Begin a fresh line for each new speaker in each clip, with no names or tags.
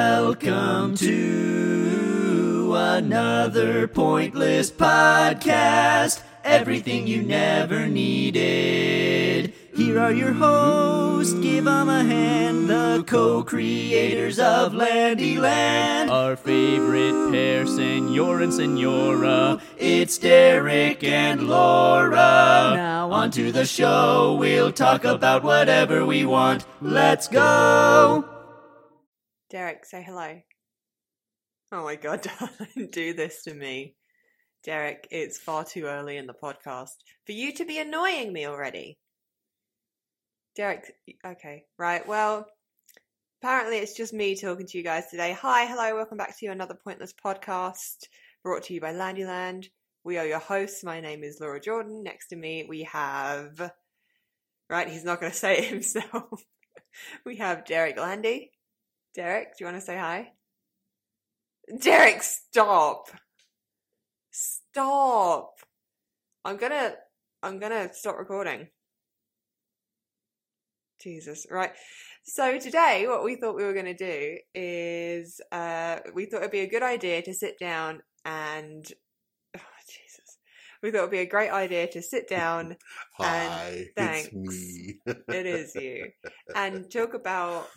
Welcome to another pointless podcast. Everything you never needed. Here are your hosts. Give them a hand. The co-creators of Landyland.
Our favorite pair, Senor and Senora.
It's Derek and Laura. Now onto the show. We'll talk about whatever we want. Let's go.
Derek, say hello. Oh my god, don't do this to me. Derek, it's far too early in the podcast for you to be annoying me already. Derek, okay, right, well, apparently it's just me talking to you guys today. Hi, hello, welcome back to another Pointless podcast brought to you by Landyland. We are your hosts. My name is Laura Jordan. Next to me, we have, right, he's not going to say it himself. we have Derek Landy. Derek, do you want to say hi? Derek, stop. Stop. I'm going to I'm going to stop recording. Jesus. Right. So today what we thought we were going to do is uh we thought it'd be a good idea to sit down and oh Jesus. We thought it'd be a great idea to sit down And
Hi,
thanks.
it's me.
it is you and talk about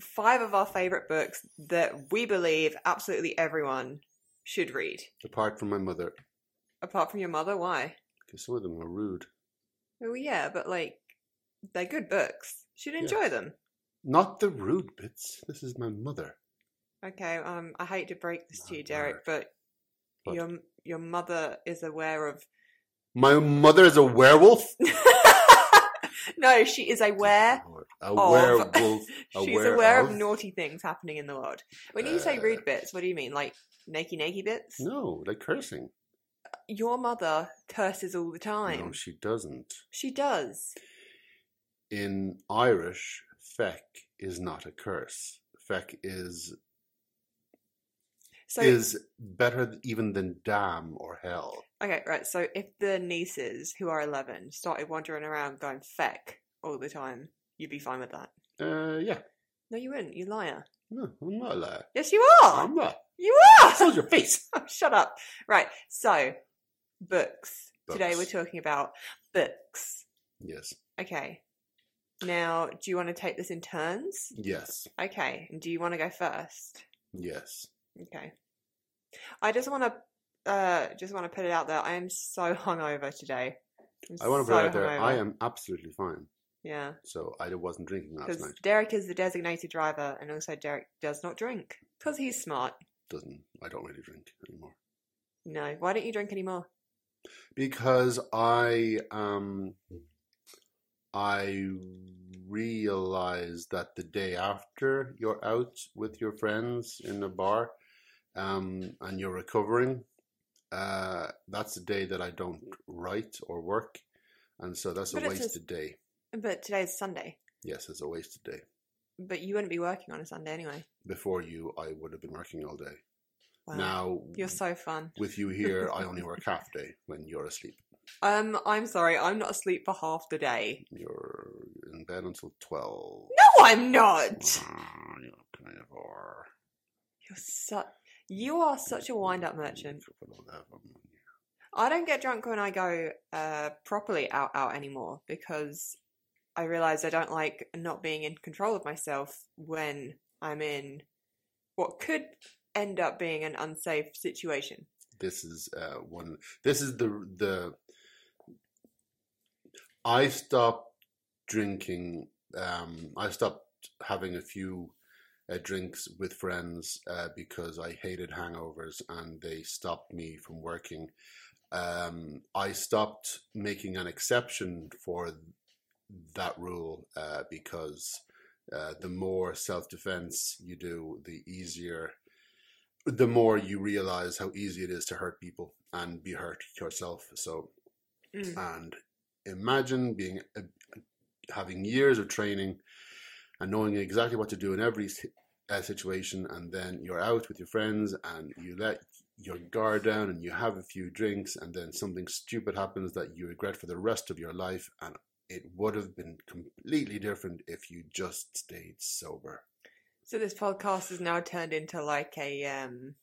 five of our favorite books that we believe absolutely everyone should read
Apart from my mother,
apart from your mother why
because some of them are rude.
well yeah but like they're good books should enjoy them
Not the rude bits. This is my mother.
okay um i hate to break this to you
Not
derek but
What?
your your mother is aware of
My mother is a werewolf.
no she is aware
A werewolf. A
she's aware of
werewolf?
naughty things happening in the world when you say
Uh,
rude bits what do you mean like nakey nakey bits
No, like cursing.
your mother curses all the time
No, she doesn't.
She does.
In Irish, feck is not a curse. Feck is
So
is better even than damn or hell.
okay, right. So if the nieces who are eleven started wandering around going feck all the time, you'd be fine with that.
Uh, yeah.
No, you wouldn't. You liar.
No, I'm not a liar.
Yes, you are.
I'm not.
You
So's
are.
your face.
Shut up. Right. So books. Today we're
Books.
talking about books.
Yes.
Okay. Now, do you want to take this in turns?
Yes.
Okay. And do you want to go first?
Yes.
Okay. I just want to uh just want to put it out there. I am so hungover today. I'm
I want to
so
put it out there. I
hungover.
am absolutely fine.
Yeah,
So I wasn't drinking last
because
night.
Derek is the designated driver, and also Derek does not drink because he's smart.
Doesn't I don't really drink anymore
No, why don't you drink anymore?
because I um I realize that the day after you're out with your friends in a bar, um, and you're recovering, uh, that's the day that I don't write or work, and so that's
But
a
it's a-
wasted day.
But today's Sunday,
Yes, it's a wasted day.
but you wouldn't be working on a Sunday anyway.
Before you, I would have been working all day.
Wow,
Now,
you're so fun.
with you here, I only work half day when you're asleep.
Um, I'm sorry, I'm not asleep for half the day.
You're in bed until 12.
No, I'm not.
Mm, you kind of are.
You're such. You are such a wind-up merchant. I don't get drunk when I go uh, properly out out anymore because I realize I don't like not being in control of myself when I'm in what could end up being an unsafe situation.
This is uh, one. This is the the. I stopped drinking. Um, I stopped having a few uh, drinks with friends uh, because I hated hangovers and they stopped me from working. Um, I stopped making an exception for that rule uh, because uh, the more self defense you do, the easier, the more you realize how easy it is to hurt people and be hurt yourself. So,
Mm.
and imagine being having years of training and knowing exactly what to do in every si- uh, situation and then you're out with your friends and you let your guard down and you have a few drinks and then something stupid happens that you regret for the rest of your life and it would have been completely different if you just stayed sober
So this podcast is now turned into like a um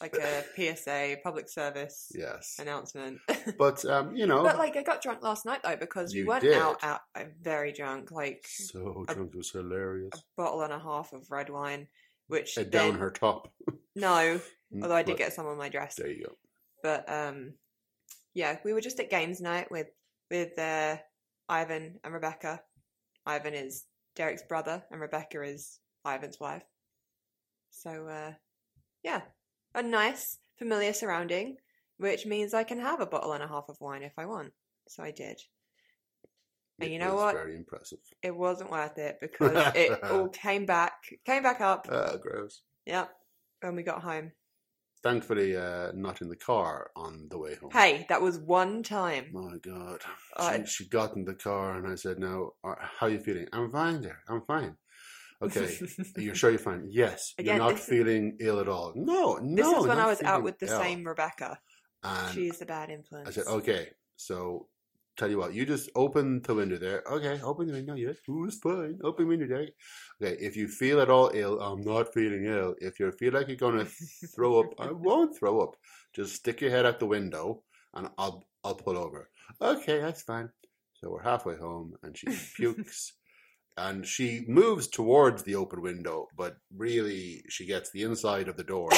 like a PSA public service
Yes.
announcement.
But um, you know,
uh, But like I got drunk last night though because we
You
weren't
did.
out out I'm very drunk, like
so drunk it was hilarious.
bottle and a half of red wine, which
Uh,
then,
down her top.
no,
Mm,
although I did
but
get some on my dress.
There you go.
But um, yeah, we were just at games night with with uh, Ivan and Rebecca. Ivan is Derek's brother, and Rebecca is Ivan's wife. So uh, yeah, a nice familiar surrounding, which means I can have a bottle and a half of wine if I want. So I did.
It
And Uh, you know
was
what?
Very impressive.
It wasn't worth it because it all came back, came back up.
Uh, gross.
Yep. When we got home.
Thankfully, uh, not in the car on the way home.
Hey, that was one time.
My God.
Uh,
she, she got in the car and I said, Now, uh, how are you feeling? I'm fine there. I'm fine. Okay. you're sure you're fine? Yes.
Again,
you're not
this is-
feeling ill at all. No, no.
This is when
not
I was out
feeling
with the
ill.
same Rebecca.
And
She's the bad influence.
I said, "Oh, Okay. So tell you what, you just open the window there. Okay. Open the window. Yes. Who's fine? Open the window there. Okay. If you feel at all ill, I'm not feeling ill. If you feel like you're going to throw up, I won't throw up. Just stick your head out the window and I'll I'll pull over. Okay, that's fine. So we're halfway home and she pukes and she moves towards the open window, but really she gets the inside of the door.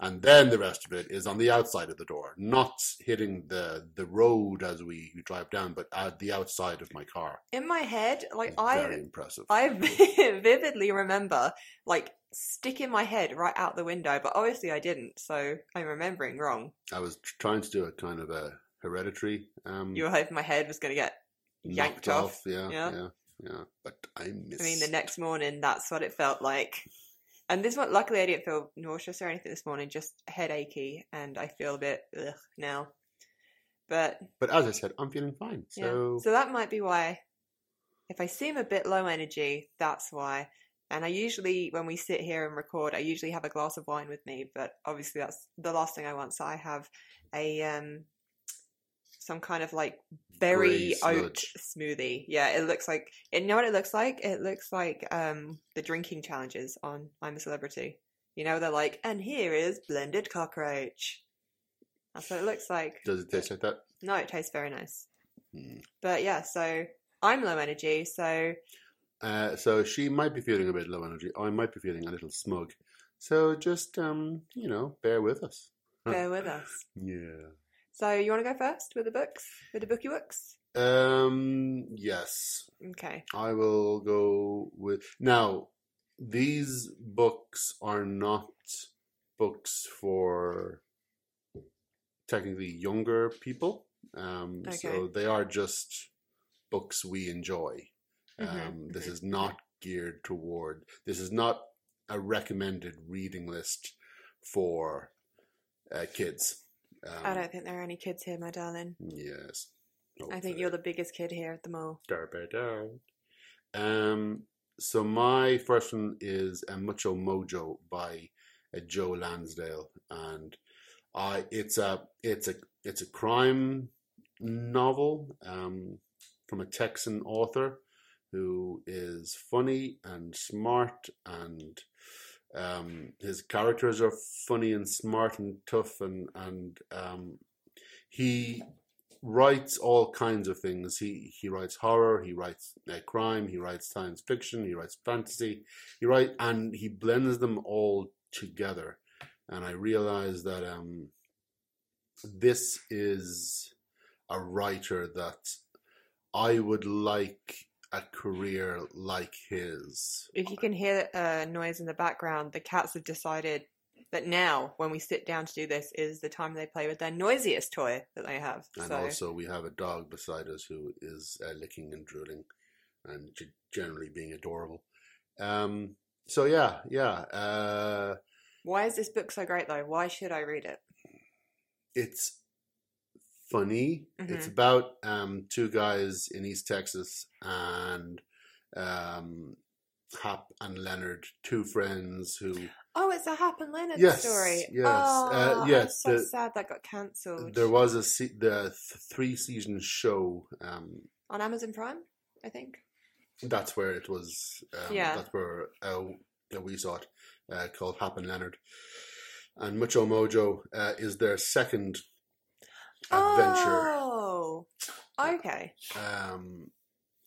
and then the rest of it is on the outside of the door, not hitting the the road as we, we drive down, but at the outside of my car.
In my head, like
It's very
I,
impressive.
I vividly remember like sticking my head right out the window, but obviously I didn't, so I'm remembering wrong.
I was tr- trying to do a kind of a hereditary um
You were hoping my head was going to get.
knocked
yanked off.
Yeah,
Yeah.
yeah, yeah, But I missed.
I mean, the next morning, that's what it felt like. And this one, luckily, I didn't feel nauseous or anything this morning, just headachy, and I feel a bit ugh now. But
But as I said, I'm feeling fine.
Yeah.
So,
so that might be why if I seem a bit low energy, that's why. And I usually when we sit here and record, I usually have a glass of wine with me, but obviously that's the last thing I want. So I have a um some kind of like berry
Grey
oat
sludge.
smoothie. Yeah, it looks like it, you know what it looks like? It looks like um the drinking challenges on I'm a Celebrity. You know, they're like, and here is blended cockroach. That's what it looks like.
does it taste like that?
No, it tastes very nice.
Hmm.
But yeah, so I'm low energy, so
Uh, so she might be feeling a bit low energy. I might be feeling a little smug. So just um, you know, bear with us.
bear with us.
Yeah.
So you want to go first with the books, with the bookie books?
Um. Yes,
Okay.
I will go with now. These books are not books for technically younger people. Um, So
Okay.
they are just books we enjoy. Um,
Mhm,
This
mhm.
is not geared toward. This is not a recommended reading list for uh, kids. Um,
I don't think there are any kids here, my darling.
Yes.
I think
Okay.
you're the biggest kid here at the mall.
Derby down. Um. So my first one is a Mucho Mojo by uh, Joe Lansdale, and I it's a it's a it's a crime novel um, from a Texan author who is funny and smart and um, his characters are funny and smart and tough and and um, he writes all kinds of things. He he writes horror, he writes uh, crime, he writes science fiction, he writes fantasy. He write and he blends them all together. And I realize that um, this is a writer that I would like a career like his.
If you can hear a noise in the background, the cats have decided that now, when we sit down to do this, is the time they play with their noisiest toy that they have.
And
so
also, we have a dog beside us who is uh, licking and drooling and g- generally being adorable. Um, so, yeah, yeah. Uh,
why is this book so great, though? Why should I read it?
it's funny. It's
Mhm.
about um, two guys in East Texas and um, Hap and Leonard, two friends who
Oh, it's a Hap and Leonard
Yes,
story.
yes,
oh,
uh,
I'm
yes,
so
the-
sad that got cancelled.
there was a se- the th- three season show um,
on Amazon Prime, I think.
that's where it was. Um,
Yeah.
That's where uh, that we saw it uh, called Happen Leonard. And Mucho Mojo uh, is their second adventure.
Oh, okay.
Um,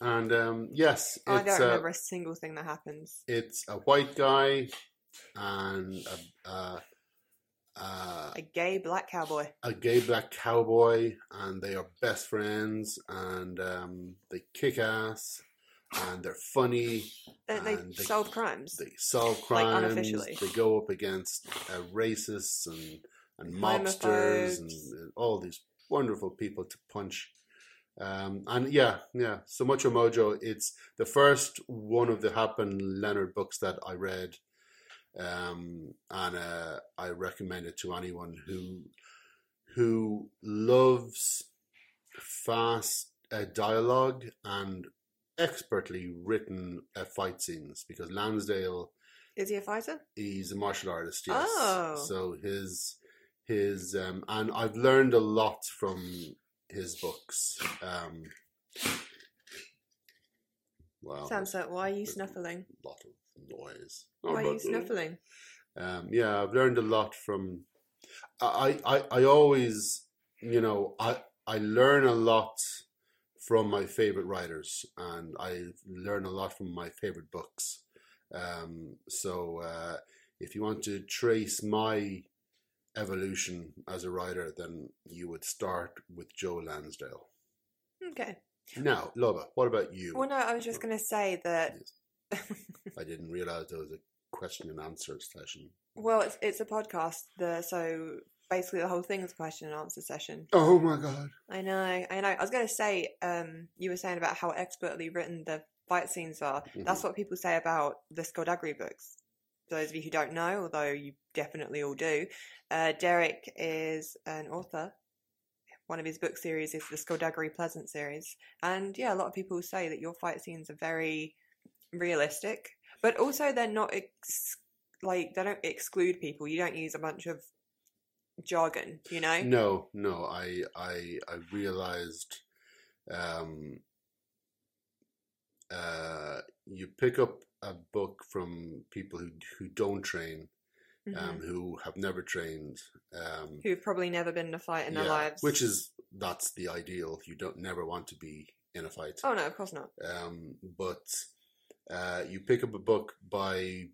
and um, yes,
Oh, I
it's
don't
uh,
remember a single thing that happens.
it's a white guy and a, uh, uh,
A gay black cowboy.
a gay black cowboy, and they are best friends, and um, they kick ass, and they're funny.
Don't they
And they-
solve crimes?
they solve
Like,
crimes.
unofficially.
they go up against uh, racists and and mobsters and,
Homophobes.
and all these wonderful people to punch. Um, and yeah, yeah. So Mucho Mojo, it's the first one of the Happen Leonard books that I read, um, and uh, I recommend it to anyone who who loves fast uh, dialogue and expertly written uh, fight scenes because Lansdale
Is he a fighter?
he's a martial artist yes
Oh.
so his his um and I've learned a lot from his books um wow
Sansa, why are you snuffling?
a lot of noise
Why
uh,
are you snuffling?
um, yeah, I've learned a lot from. I, I I always, you know, I I learn a lot from my favorite writers, and I learn a lot from my favorite books. Um, so uh, if you want to trace my evolution as a writer, then you would start with Joe Lansdale.
Okay.
Now, Loba, what about you?
Well, no, I was just going to say that.
I didn't realize there was a question and answer session.
Well, it's it's a podcast, the, so basically the whole thing is a question and answer session.
Oh my god!
I know, I know. I was going to say, um, you were saying about how expertly written the fight scenes are. That's what people say about the Skullduggery books. For those of you who don't know, although you definitely all do, uh, Derek is an author. One of his book series is the Skullduggery Pleasant series. And yeah, a lot of people say that your fight scenes are very realistic, but also they're not ex- like, they don't exclude people. You don't use a bunch of jargon, you know?
No, no, I I I realized um uh you pick up a book from people who who don't train,
Mhm.
um who have never trained, um
Who've probably never been in a fight in their
yeah,
lives.
Which is that's the ideal. You don't never want to be in a fight.
Oh no, of course not.
Um but uh you pick up a book by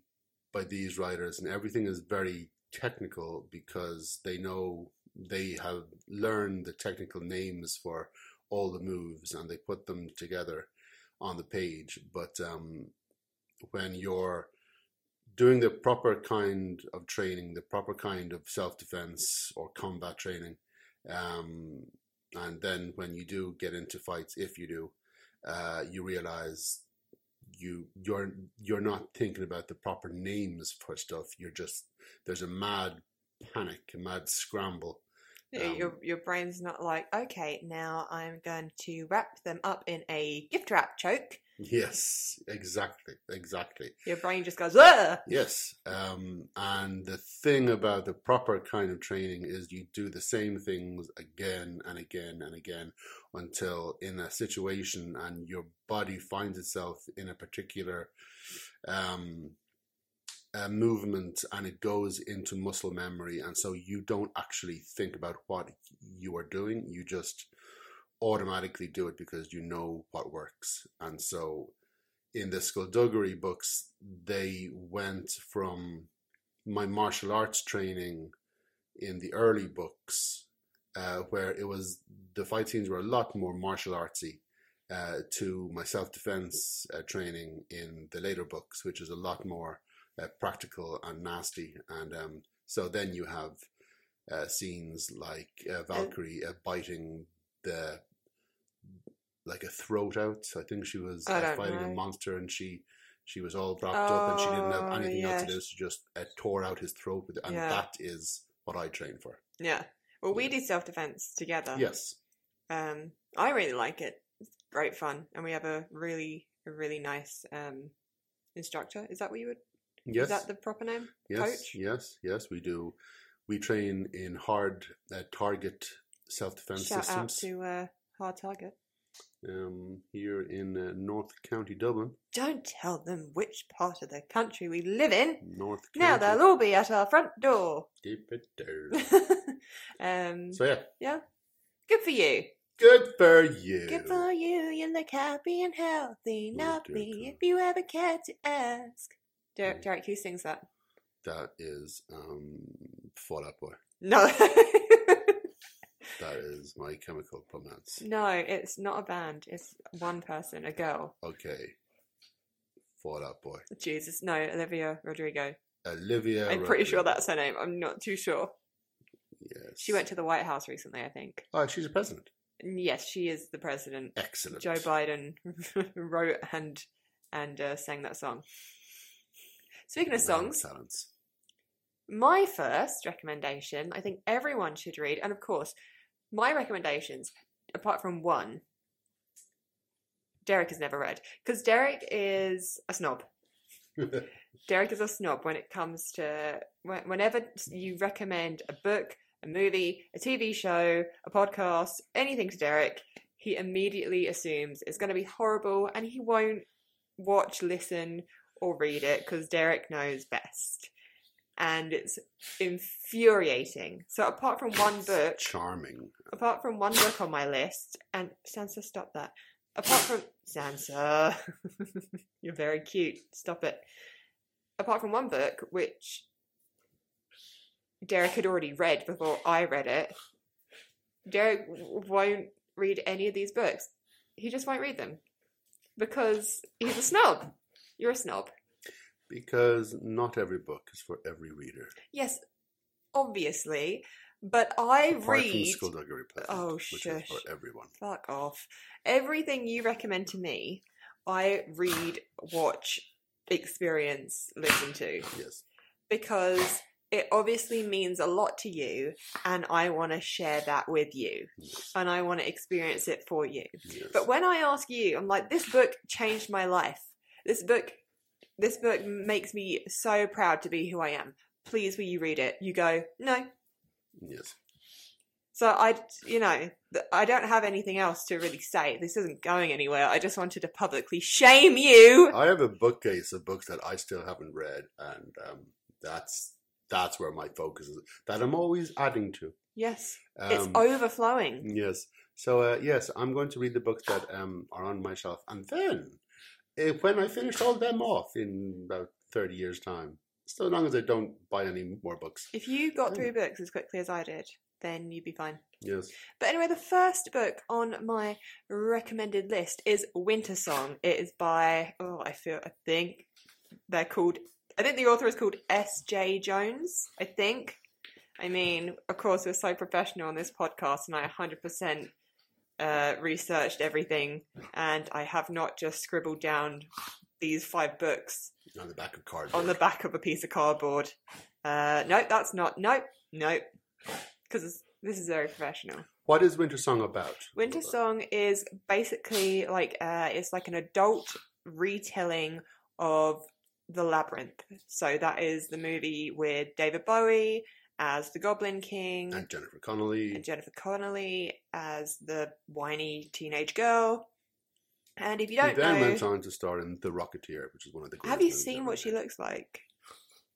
by these writers and everything is very technical because they know they have learned the technical names for all the moves and they put them together on the page but um, when you're doing the proper kind of training the proper kind of self-defense or combat training um, and then when you do get into fights if you do uh, you realize you you're you're not thinking about the proper names for stuff. You're just there's a mad panic, a mad scramble.
Y-
Um,
your your brain's not like, okay, now I'm going to wrap them up in a gift wrap choke.
Yes, exactly, exactly.
Your brain just goes, Ugh!
Yes, um, and the thing about the proper kind of training is you do the same things again and again and again until in a situation and your body finds itself in a particular um, uh, movement and it goes into muscle memory, and so you don't actually think about what you are doing; you just automatically do it because you know what works, and so in the skullduggery books, they went from my martial arts training in the early books, uh, where it was the fight scenes were a lot more martial artsy, uh, to my self defense uh, training in the later books, which is a lot more uh, practical and nasty. And um, so then you have uh, scenes like uh, Valkyrie uh, biting the like a throat out. I think she was
I
uh,
don't
fighting a
know.
monster, and she she was all wrapped up, and she didn't have
Oh,
anything else to
yeah.
do. So just uh, tore out his throat with, and
Yeah.
that is what I train for.
Yeah. Well, we did self defense together.
Yes,
Um, I really like it. It's great fun, and we have a really, a really nice um instructor. Is that what you would?
yes.
Is that the proper name?
Yes,
coach?
yes, yes, we do. We train in hard uh, target self defense
Shout
systems.
out to uh, Hard Target.
um, here in uh, North County Dublin.
Don't tell them which part of the country we live in.
North County.
Now they'll all be at our front door.
Keep it down.
um,
so yeah,
yeah. Good for you.
good for you.
Good for you. You look happy and healthy.
Oh,
Not
dear
me,
God.
if you ever care to ask. Derek,
Mm.
Derek, who sings that?
That is um, Fall Out Boy.
No.
That is my chemical romance.
no, it's not a band. It's one person, a girl.
Okay. Fall Out Boy.
Jesus, no, Olivia Rodrigo.
Olivia.
I'm pretty sure
Rodrigo.
that's her name. I'm not too sure.
Yes.
She went to the White House recently, I think.
Oh, she's a president.
And yes, she is the president.
Excellent.
Joe Biden wrote and and uh, sang that song. Speaking of
Man
songs,
Silence.
my first recommendation, I think everyone should read, and of course, my recommendations, apart from one, Derek has never read because Derek is a snob. Derek is a snob when it comes to wh- whenever you recommend a book, a movie, a TV show, a podcast, anything to Derek, he immediately assumes it's going to be horrible and he won't watch, listen, or read it because Derek knows best. And it's infuriating. So, apart from one book,
Charming.
apart from one book on my list, and Sansa, stop that. Apart from Sansa, you're very cute. Stop it. Apart from one book, which Derek had already read before I read it, Derek w- won't read any of these books. He just won't read them because he's a snob. You're a snob.
Because not every book is for every reader.
Yes, obviously, but I
Apart
read.
from Skullduggery Pleasant,
Oh,
which
shush.
is for everyone.
Fuck off. Everything you recommend to me, I read, watch, experience, listen to
Yes.
because it obviously means a lot to you and I want to share that with you
Yes.
and I want to experience it for you.
yes.
But when I ask you, I'm like, this book changed my life. This book, this book makes me so proud to be who I am. Please, will you read it? You go, no,
yes.
so I, you know, th- I don't have anything else to really say. This isn't going anywhere. I just wanted to publicly shame you.
I have a bookcase of books that I still haven't read, and um, that's that's where my focus is. That I'm always adding to.
Yes,
Um, mm.
it's overflowing.
Yes. So uh, yes, I'm going to read the books that um, are on my shelf, and then eh, when I finish all them off in about thirty years' time, so long as I don't buy any more books.
If you got through books as quickly as I did, then you'd be fine.
Yes.
But anyway, the first book on my recommended list is Winter Song. It is by oh, I feel I think they're called. I think the author is called S. J. Jones. I think. I mean, of course, we're so professional on this podcast, and I 100% uh, researched everything, and I have not just scribbled down these five books
On the back of cards.
on the back of a piece of cardboard. Uh, nope, that's not. Nope, nope. Because this is very professional.
What is Winter Song about? uh,
Winter Song is basically like uh, it's like an adult retelling of the Labyrinth. So that is the movie with David Bowie as the Goblin King
And Jennifer Connolly.
and Jennifer Connelly as the whiny teenage girl. And if you
He
don't
then went
know,
on to star in The Rocketeer, which is one of the.
have
greatest
you
movies
seen
ever
what she
made.
looks like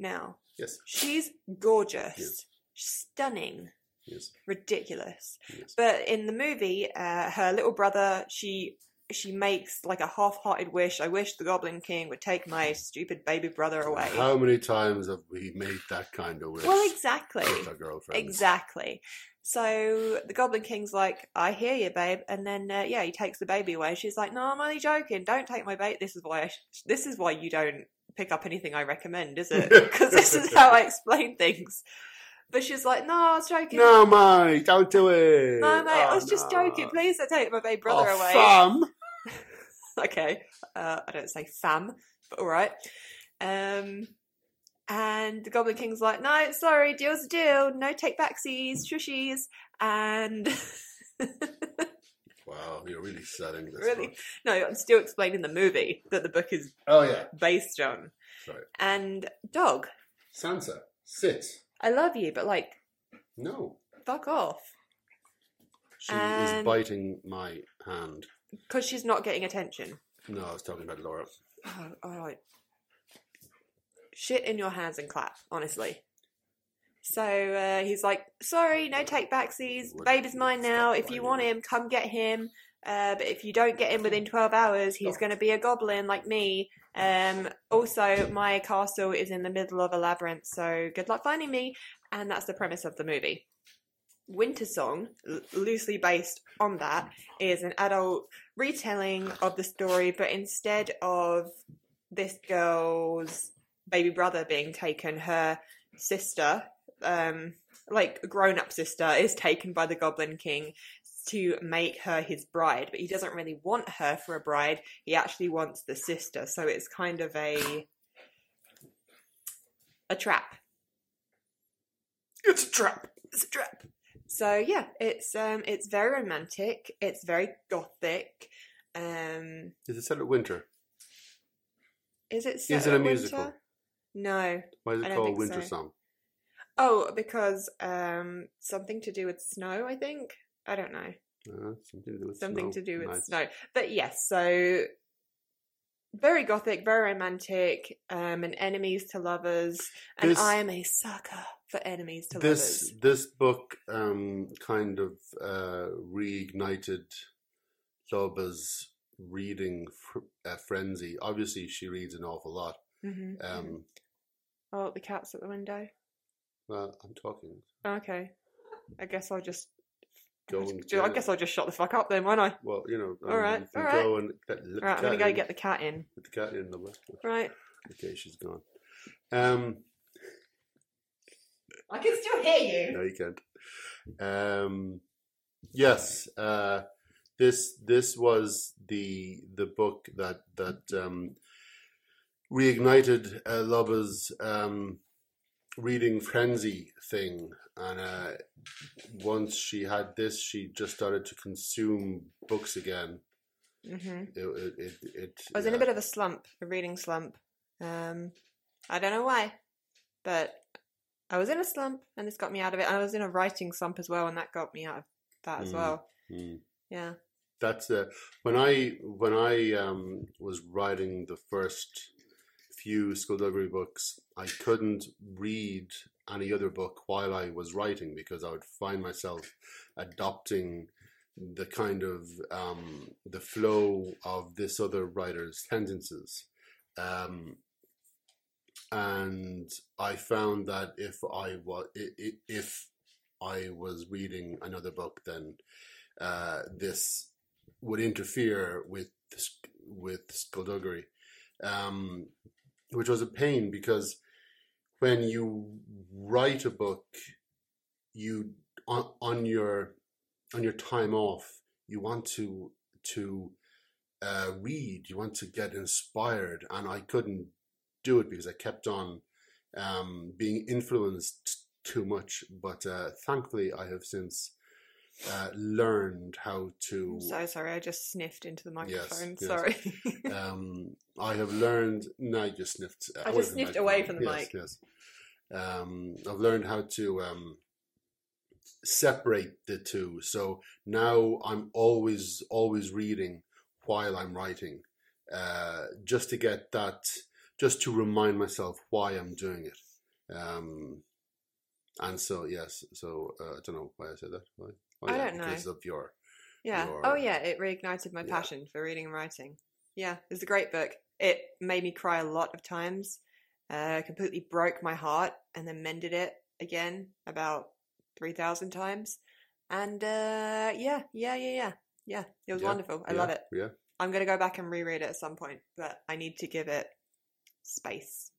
now?
Yes.
She's gorgeous,
Yes.
stunning,
Yes.
ridiculous.
Yes.
But in the movie, uh, her little brother, she she makes like a half-hearted wish. I wish the Goblin King would take my stupid baby brother away.
How many times have we made that kind of wish?
well, exactly,
With our girlfriends.
exactly. So the Goblin King's like, "I hear you, babe," and then uh, yeah, he takes the baby away. She's like, "No, I'm only joking. Don't take my baby. This is why I sh- this is why you don't pick up anything I recommend, is it? Because this is how I explain things." But she's like, "No, I was joking."
No, mate, don't do it.
No, mate, I
Oh,
was just
no.
joking. Please don't take my baby brother
Oh,
away.
fam.
okay, uh, I don't say fam, but all right. Um, and the Goblin King's like, no, sorry, deal's a deal. No take backsies, shushies, and
Wow, you're really selling this.
Really?
one.
no, I'm still explaining the movie that the book is
Oh yeah.
based on.
Sorry.
And dog,
Sansa, sit.
I love you, but like,
No.
fuck off.
She
And-
is biting my hand.
because she's not getting attention.
No, I was talking about Laura.
Oh, all right. Shit in your hands and clap, honestly. So uh, he's like, sorry, no take backsies.
What-
Baby's mine now. If you want him, come get him. Uh, but if you don't get him within 12 hours, he's going to be a goblin like me. Um, also, my castle is in the middle of a labyrinth, so good luck finding me. And that's the premise of the movie. Winter Song, l- loosely based on that, is an adult retelling of the story, but instead of this girl's baby brother being taken, her sister, um, like grown up sister, is taken by the Goblin King to make her his bride, but he doesn't really want her for a bride. He actually wants the sister, so it's kind of a a trap.
It's a trap.
It's a trap. So yeah, it's um it's very romantic, it's very gothic. Um
Is it set at winter?
Is it?
it
Set
a
at
musical?
Winter? No.
Why is
I
it
don't
called
think
Winter
so.
Song?
Oh, because um, something to do with snow. I think. I don't know.
Uh, something to do with
Something
snow.
to do with
Nice.
snow. But yes, so very gothic, very romantic, um, and enemies to lovers. And
This-
I am a sucker for enemies to
This
lovers.
this book um, kind of uh, reignited Loba's reading fr- uh, frenzy. Obviously, she reads an awful lot.
hmm
Um,
oh, the cat's at the window.
well, I'm talking.
Okay, I guess I'll just.
Go
I
and
ju- I
get
guess
it.
I'll just shut the fuck up then, won't I?
Well, you know,
All right,
you can
all right.
go and let, let
Right,
the
I'm
cat
gonna go
in.
get the cat in.
Let the cat in the way.
Right.
Okay, she's gone. Um,
I can still hear you.
no, you can't. Um, yes, uh, this this was the the book that that um, reignited uh, Lover's um, reading frenzy thing, and uh, once she had this, she just started to consume books again.
hmm
It it it. it
I was in
yeah.
a bit of a slump, a reading slump. Um, I don't know why, but I was in a slump, and this got me out of it. And I was in a writing slump as well, and that got me out of that as
Mm.
well.
Mm.
Yeah.
that's uh, when I when I um, was writing the first few school delivery books, I couldn't read any other book while I was writing because I would find myself adopting the kind of um, the flow of this other writer's sentences. Um, and I found that if I was if I was reading another book, then uh, this would interfere with this- with skullduggery, um, which was a pain because when you write a book, you on, on your on your time off, you want to to uh, read, you want to get inspired, and I couldn't do it because I kept on um, being influenced too much. But uh, thankfully, I have since uh, learned how to
I'm so sorry, I just sniffed into the microphone.
yes.
Sorry.
um, I have learned. No, you just sniffed. uh,
I
away
just
from
sniffed
the
away
microphone.
from the
yes, Yes. Um, I've learned how to um, separate the two. So now I'm always, always reading while I'm writing, uh, just to get that, just to remind myself why I'm doing it. Um, and so, yes. So uh, I don't know why I said that. Why? Oh,
I
yeah,
don't know.
Because of your
yeah.
You
Oh
are-
yeah, it reignited my
Yeah.
passion for reading and writing. Yeah, it was a great book. It made me cry a lot of times. Uh, completely broke my heart, and then mended it again about three thousand times. And uh, yeah, yeah, yeah, yeah, yeah. It was
Yeah,
wonderful. I
yeah,
love it.
Yeah.
I'm gonna go back and reread it at some point, but I need to give it space.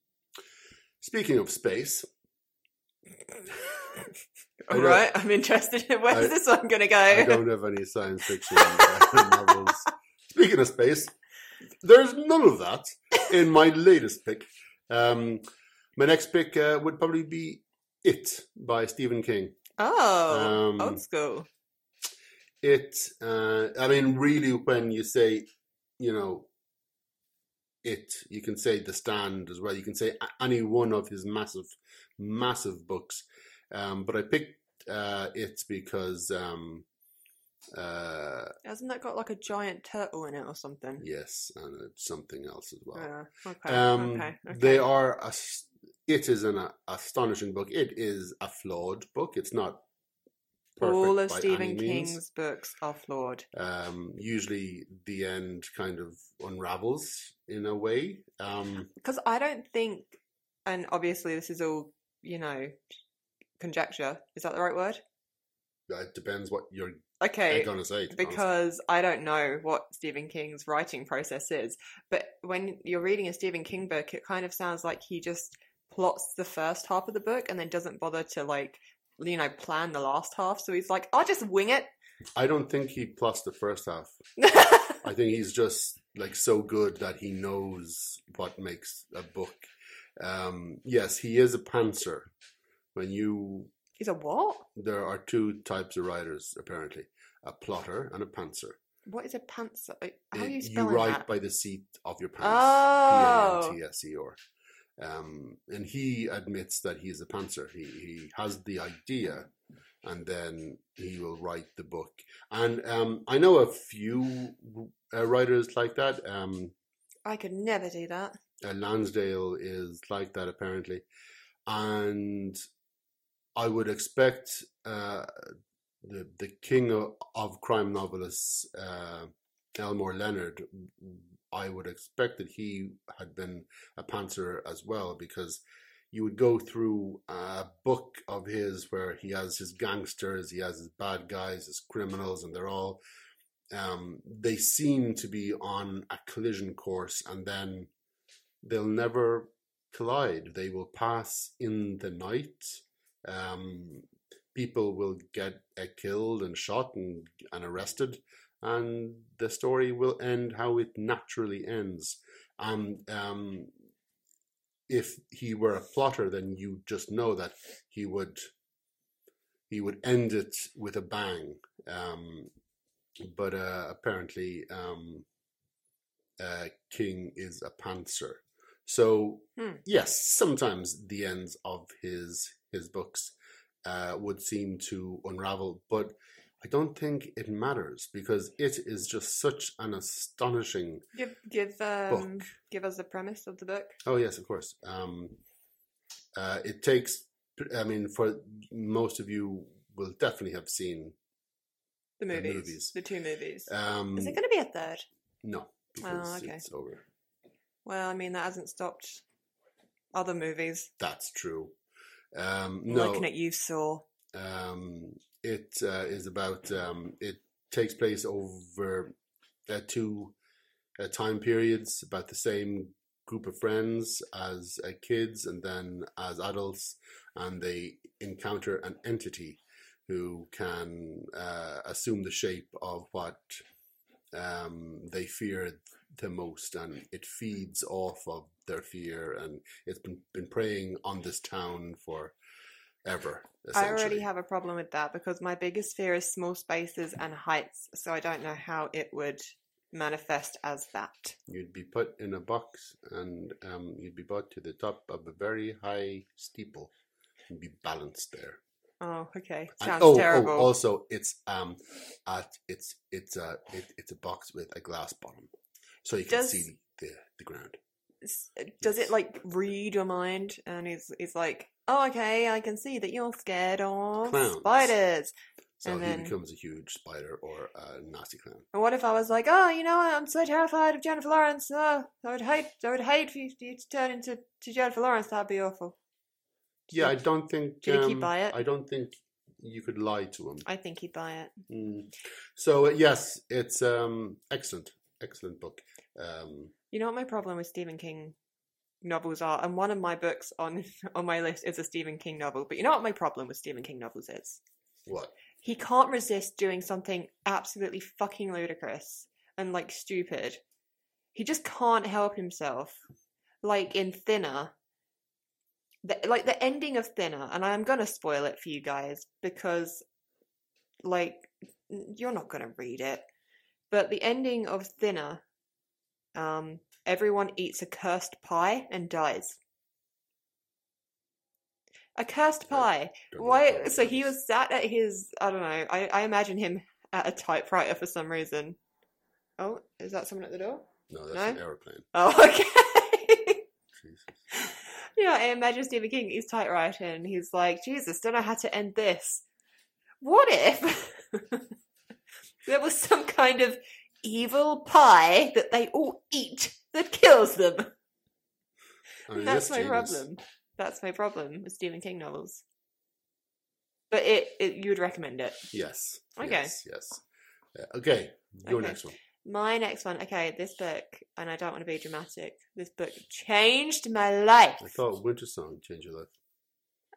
Speaking of space, I
All
don't-
right, I'm interested in where's
I-
this one gonna go?
I don't have any science fiction uh, novels. Speaking of space, there's none of that in my latest pick. Um, my next pick uh, would probably be It by Stephen King.
Oh,
Um,
old school.
it, uh, I mean, really, when you say, you know, it, you can say The Stand as well. You can say a- any one of his massive, massive books. Um, but I picked uh, it because um, Uh,
Hasn't that got like a giant turtle in it or something?
yes, and it's something else as well.
Uh, okay,
Um,
okay, okay.
They are. As- it is an a- astonishing book. It is a flawed book. It's not perfect
All of
by
Stephen
any means.
King's books are flawed.
Um, usually, the end kind of unravels in a way. Um,
Because I don't think, and obviously this is all, you know, conjecture. Is that the right word?
it depends what you're
Okay.
gonna say. to be honest.
because I don't know what Stephen King's writing process is, but when you're reading a Stephen King book, it kind of sounds like he just plots the first half of the book and then doesn't bother to like you know plan the last half. So he's like, I'll just wing it.
I don't think he plus the first half. I think he's just like so good that he knows what makes a book. Um, yes, he is a panzer. When you
he's a what?
there are two types of writers apparently, a plotter and a panzer.
What is a pants? How are
It-
you spelling
write
that?
by the seat of your pants.
Oh.
P-A-N-T-S-E-R. E Um, and he admits that he is a panzer. He he has the idea, and then he will write the book. And um, I know a few uh, writers like that. Um,
I could never do that.
uh, Lansdale is like that apparently, and I would expect uh, the the king of, of crime novelists, uh, Elmore Leonard. I would expect that he had been a panzer as well because you would go through a book of his where he has his gangsters, he has his bad guys, his criminals, and they're all. Um, they seem to be on a collision course, and then they'll never collide. They will pass in the night. Um, people will get uh, killed and shot and, and arrested, and the story will end how it naturally ends. And um, if he were a plotter, then you just know that he would he would end it with a bang. Um, but uh, apparently, um, uh, King is a panzer. So
Hmm.
yes, sometimes the ends of his his books uh, would seem to unravel, but I don't think it matters because it is just such an astonishing
Give give um
book.
give us the premise of the book.
Oh yes, of course. Um, uh, it takes. I mean, for most of you will definitely have seen.
The
The
movies. The,
movies.
two movies.
Um,
is it going to be a third?
no, because
okay.
it's over.
Well, I mean that hasn't stopped other movies.
That's true. Um, no,
Looking at you, Saw.
um, it uh, is about um, it takes place over uh, two uh, time periods about the same group of friends as uh, kids and then as adults and they encounter an entity who can uh, assume the shape of what um, they fear the most and it feeds off of their fear and it's been, been preying on this town for ever
I already
essentially.
have a problem with that because my biggest fear is small spaces and heights, so I don't know how it would manifest as that.
You'd be put in a box and um, you'd be brought to the top of a very high steeple and be balanced there.
Oh, okay.
And-
Sounds
oh,
terrible.
oh, also it's um, at it's it's a it, it's a box with a glass bottom, so you can
Does-
see the the ground.
S- Does it like read your mind? And it's it's like, oh, okay, I can see that you're scared of
Clowns.
spiders.
So
And
he
then-
becomes a huge spider or a nasty clown.
And what if I was like, oh, you know, what? I'm so terrified of Jennifer Lawrence. Oh, I would hate, I would hate for you to to turn into to Jennifer Lawrence. That'd be awful.
Yeah, I don't think. um,
do you keep by it?
I don't think you could lie to him.
I think he'd buy it.
Mm. So uh, yes, it's um excellent, excellent book. Um,
You know what my problem with Stephen King novels are, and one of my books on on my list is a Stephen King novel. But you know what my problem with Stephen King novels is?
what?
He can't resist doing something absolutely fucking ludicrous and like stupid. He just can't help himself. Like in Thinner, the, like the ending of Thinner, and I'm gonna spoil it for you guys because, like, n- you're not gonna read it. But the ending of Thinner, um, everyone eats a cursed pie and dies. A cursed
Yeah.
pie.
Don't know what
Why?
that
So he
is.
was sat at his. I don't know. I, I imagine him at a typewriter for some reason. Oh, is that someone at the door?
No, that's
No?
an aeroplane.
Oh, okay.
Jesus.
you know, I imagine Stephen King, he's typewriting, and he's like, Jesus, don't know how to end this. What if there was some kind of evil pie that they all eat that kills them?
I mean,
That's
that's
my
genius.
problem. That's my problem with Stephen King novels. But it, it you would recommend it.
Yes.
Okay.
Yes. yes. Uh, okay. Your
Okay.
next one.
My next one, okay, this book, and I don't want to be dramatic. This book changed my life.
I thought Winter Song changed your life.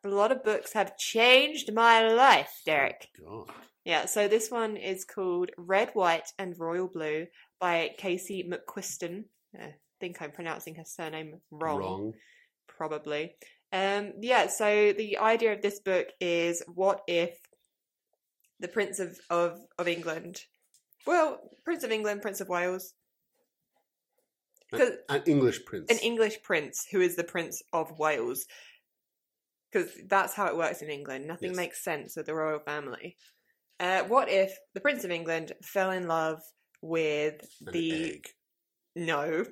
A lot of books have changed my life, Derek.
God.
Yeah, so this one is called Red, White, and Royal Blue by Casey McQuiston. I think I'm pronouncing her surname wrong, probably. Um, yeah, so the idea of this book is what if the Prince of, of, of England, well, Prince of England, Prince of Wales,
An,
'Cause-
an English prince.
an English prince who is the Prince of Wales. Because that's how it works in England. Nothing
Yes.
makes sense with the royal family. Uh, what if the Prince of England fell in love with
an
the
egg.
no,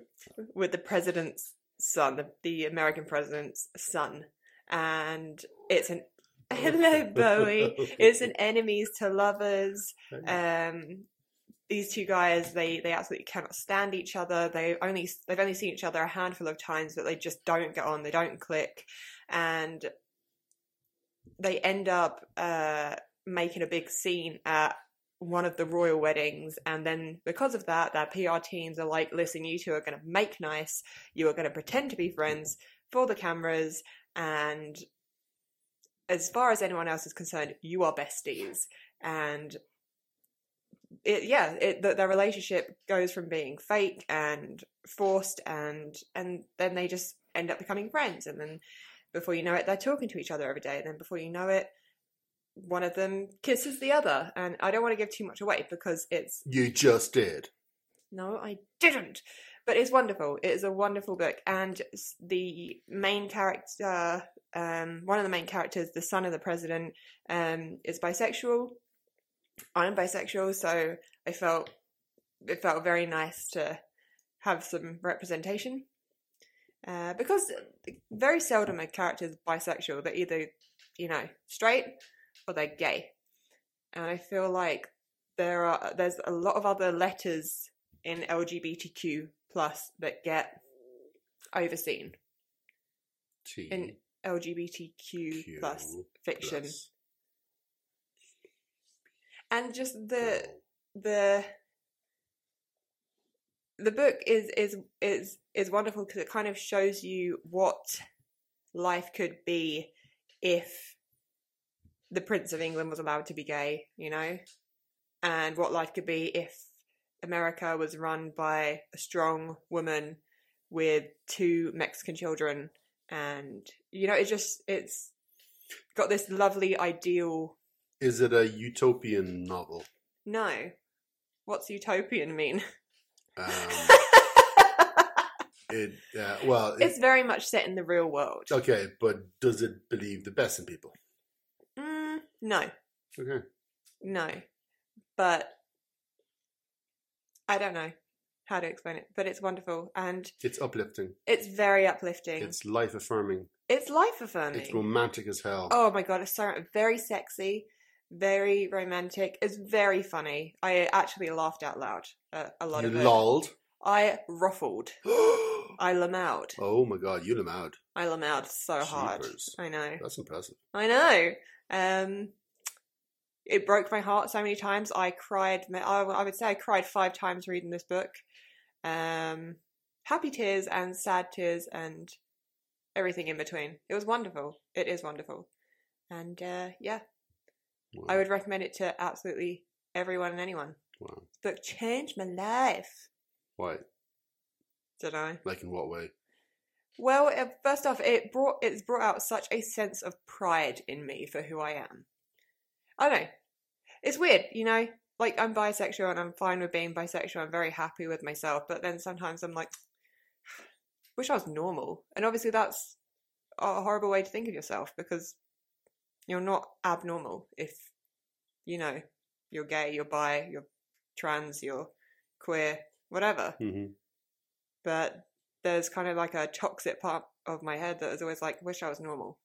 with the president's son, the, the American president's son, and it's an hello Bowie. It's an enemies to lovers um these two guys they they absolutely cannot stand each other they only they've only seen each other a handful of times but they just don't get on they don't click and they end up uh making a big scene at one of the royal weddings and then because of that their pr teams are like listen you two are going to make nice you are going to pretend to be friends for the cameras and as far as anyone else is concerned you are besties and it, yeah, it, the, their relationship goes from being fake and forced, and and then they just end up becoming friends, and then before you know it, they're talking to each other every day, and then before you know it, one of them kisses the other, and I don't want to give too much away because it's
you just did.
no, I didn't, but it's wonderful. It is a wonderful book, and s- the main character, um, one of the main characters, the son of the president, um, is bisexual. I'm bisexual, so I felt it felt very nice to have some representation. Uh, because very seldom a character is bisexual. They're either, you know, straight or they're gay. And I feel like there are there's a lot of other letters in LGBTQ plus that get overseen.
T
In LGBTQ
Q
plus fiction.
plus
And just the
O.
the the book is is is is wonderful because it kind of shows you what life could be if the prince of england was allowed to be gay you know and what life could be if america was run by a strong woman with two mexican children and you know it just it's got this lovely ideal
Is it a utopian novel?
no what's utopian mean
Um, it uh, well, it-
it's very much set in the real world.
okay, but does it believe the best in people?
Mm, no,
Okay,
no, but I don't know how to explain it, but it's wonderful and
it's uplifting.
it's very uplifting. It's,
It's life affirming.
life affirming.
It's romantic as hell.
Oh my god, it's so very sexy, very romantic. It's very funny. I actually laughed out loud at a lot
you
of it.
lolled.
I ruffled. I lamowed.
oh my god, you loud.
I lamowed so hard.
Jeepers.
I know.
That's impressive.
I know. Um, it broke my heart so many times. I cried. I I would say I cried five times reading this book. Um, happy tears and sad tears and everything in between. It was wonderful. It is wonderful. And uh, yeah,
Wow.
I would recommend it to absolutely everyone and anyone.
Wow.
This book changed my life.
Why?
Did I?
Like in what way?
Well, uh, first off, it brought it's brought out such a sense of pride in me for who I am. I don't know. It's weird, you know. Like I'm bisexual and I'm fine with being bisexual. I'm very happy with myself, but then sometimes I'm like, wish I was normal. And obviously, that's a horrible way to think of yourself because you're not abnormal if you know you're gay, you're bi, you're trans, you're queer, whatever.
Mhm.
But there's kind of like a toxic part of my head that is always like, wish I was normal.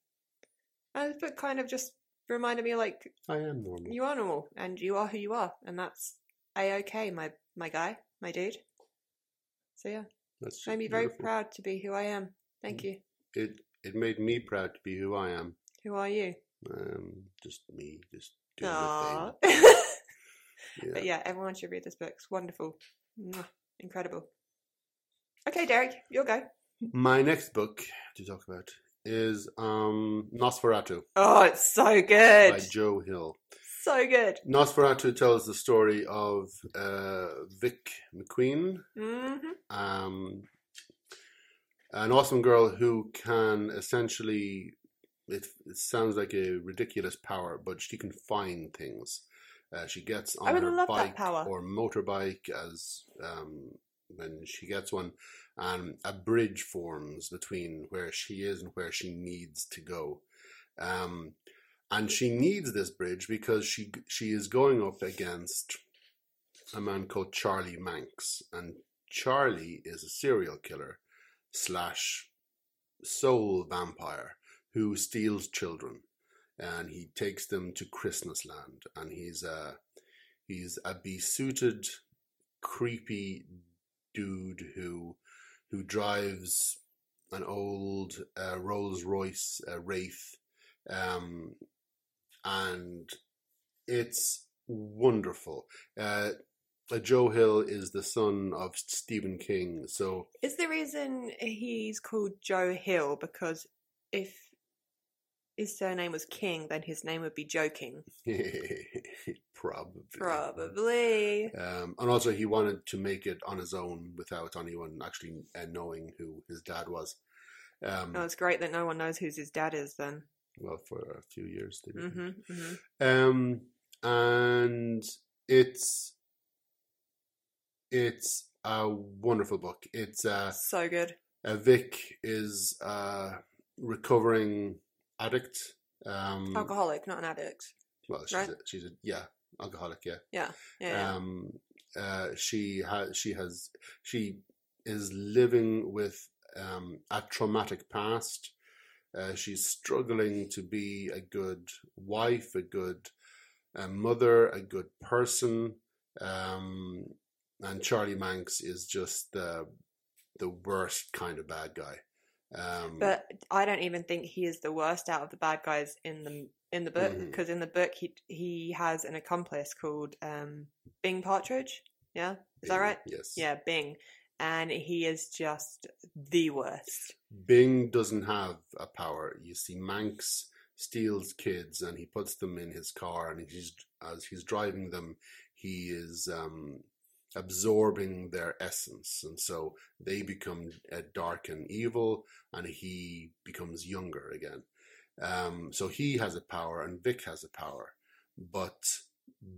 And this book kind of just reminded me like,
I am normal.
you are normal and you are who you are, and that's a okay, my my guy, my dude. So yeah,
That's just
made me very
beautiful.
proud to be who I am. Thank you.
It it made me proud to be who I am.
Who are you?
Um, just me, just doing
Aww.
the thing.
But yeah, everyone should read this book. It's wonderful. Mwah. Incredible. Okay, Derek, you'll go.
My next book to talk about is um, Nosferatu
Oh, it's so
by
good.
Joe Hill.
So good.
Nosferatu tells the story of uh, Vic McQueen,
hmm
um, an awesome girl who can essentially. It, it sounds like a ridiculous power, but she can find things. Uh, she gets on
I would
her
love that
bike
power.
or motorbike as um, when she gets one, and a bridge forms between where she is and where she needs to go. Um, and she needs this bridge because she she is going up against a man called Charlie Manx, and Charlie is a serial killer slash soul vampire who steals children, and he takes them to Christmas land, and he's a he's a besuited, creepy dude who who drives an old uh, Rolls Royce uh, Wraith, um, and it's wonderful. Uh, uh, Joe Hill is the son of Stephen King, so
Is the reason he's called Joe Hill because if his surname was King, then his name would be Joking.
probably
Probably.
Um, and also, he wanted to make it on his own without anyone actually uh, knowing who his dad was. Um,
Oh, it's great that no one knows who's his dad is then.
well, for a few years, they didn't.
hmm hmm
Um, and it's it's a wonderful book. It's uh,
So good.
uh Vic is a recovering addict. Um,
Alcoholic, not an addict.
Well, she's
right?
a, she's a yeah alcoholic. Yeah.
Yeah, yeah.
Um, uh, she has she has she is living with um, a traumatic past. Uh, she's struggling to be a good wife, a good uh, mother, a good person. Um, and Charlie Manx is just the the worst kind of bad guy. Um,
But I don't even think he is the worst out of the bad guys in the in the book
Mhm.
because in the book he he has an accomplice called um, Bing Partridge. Yeah, is that
Bing,
right?
Yes.
Yeah, Bing, and he is just the worst.
Bing doesn't have a power. You see, Manx steals kids and he puts them in his car, and he's as he's driving them, he is um, absorbing their essence, and so they become uh, dark and evil, and he becomes younger again. Um, so he has a power, and Vic has a power, but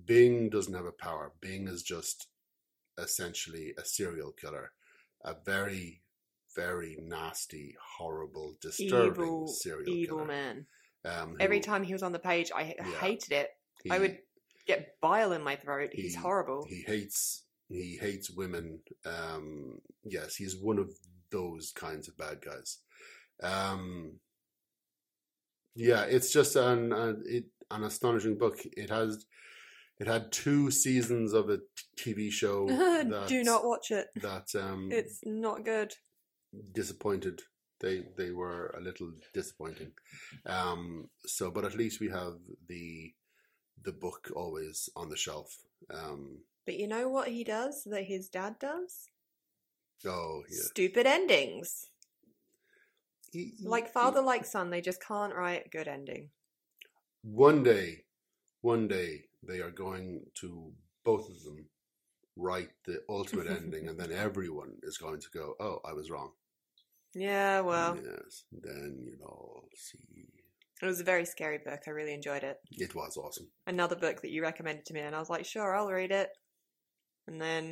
Bing doesn't have a power. Bing is just essentially a serial killer, a very very nasty, horrible, disturbing
evil,
serial
evil
killer.
man.
Um,
Every
who-
time he was on the page, I h-
Yeah.
hated it. I
he-
would get bile in my throat. He's
He-
horrible.
he hates he hates women um yes he's one of those kinds of bad guys um yeah it's just an an, it, an astonishing book it has it had two seasons of a tv show
Do
that-
not watch it.
that um
It's not good.
disappointed they they were a little disappointing um so but at least we have the the book always on the shelf um
But you know what he does that his dad does?
oh yeah
Stupid endings.
He- he-
Like father, like son, they just can't write a good ending.
one day, one day they are going to both of them write the ultimate ending, and then everyone is going to go, "Oh, I was wrong."
Yeah, well,
yes, then you know, see,
it was a very scary book. I really enjoyed it.
it was awesome.
Another book that you recommended to me, and I was like, sure, I'll read it. And then,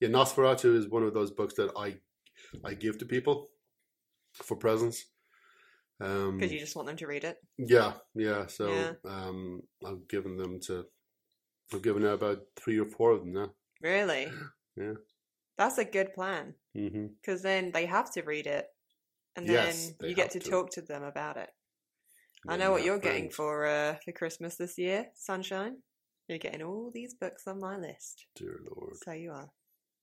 Yeah, Nosferatu is one of those books that I I give to people for presents. Um,
because you just want them to read it.
Yeah, yeah. So
Yeah.
um, I've given them to We've given out about three or four of them now.
Really?
Yeah.
That's a good plan
Mm-hmm.
because then they have to read it and then
Yes, they
you get
have
to,
to.
talk to them about it. I know what you're getting for uh, for Christmas this year, sunshine. You're getting all these books on my list.
Dear Lord.
So you are.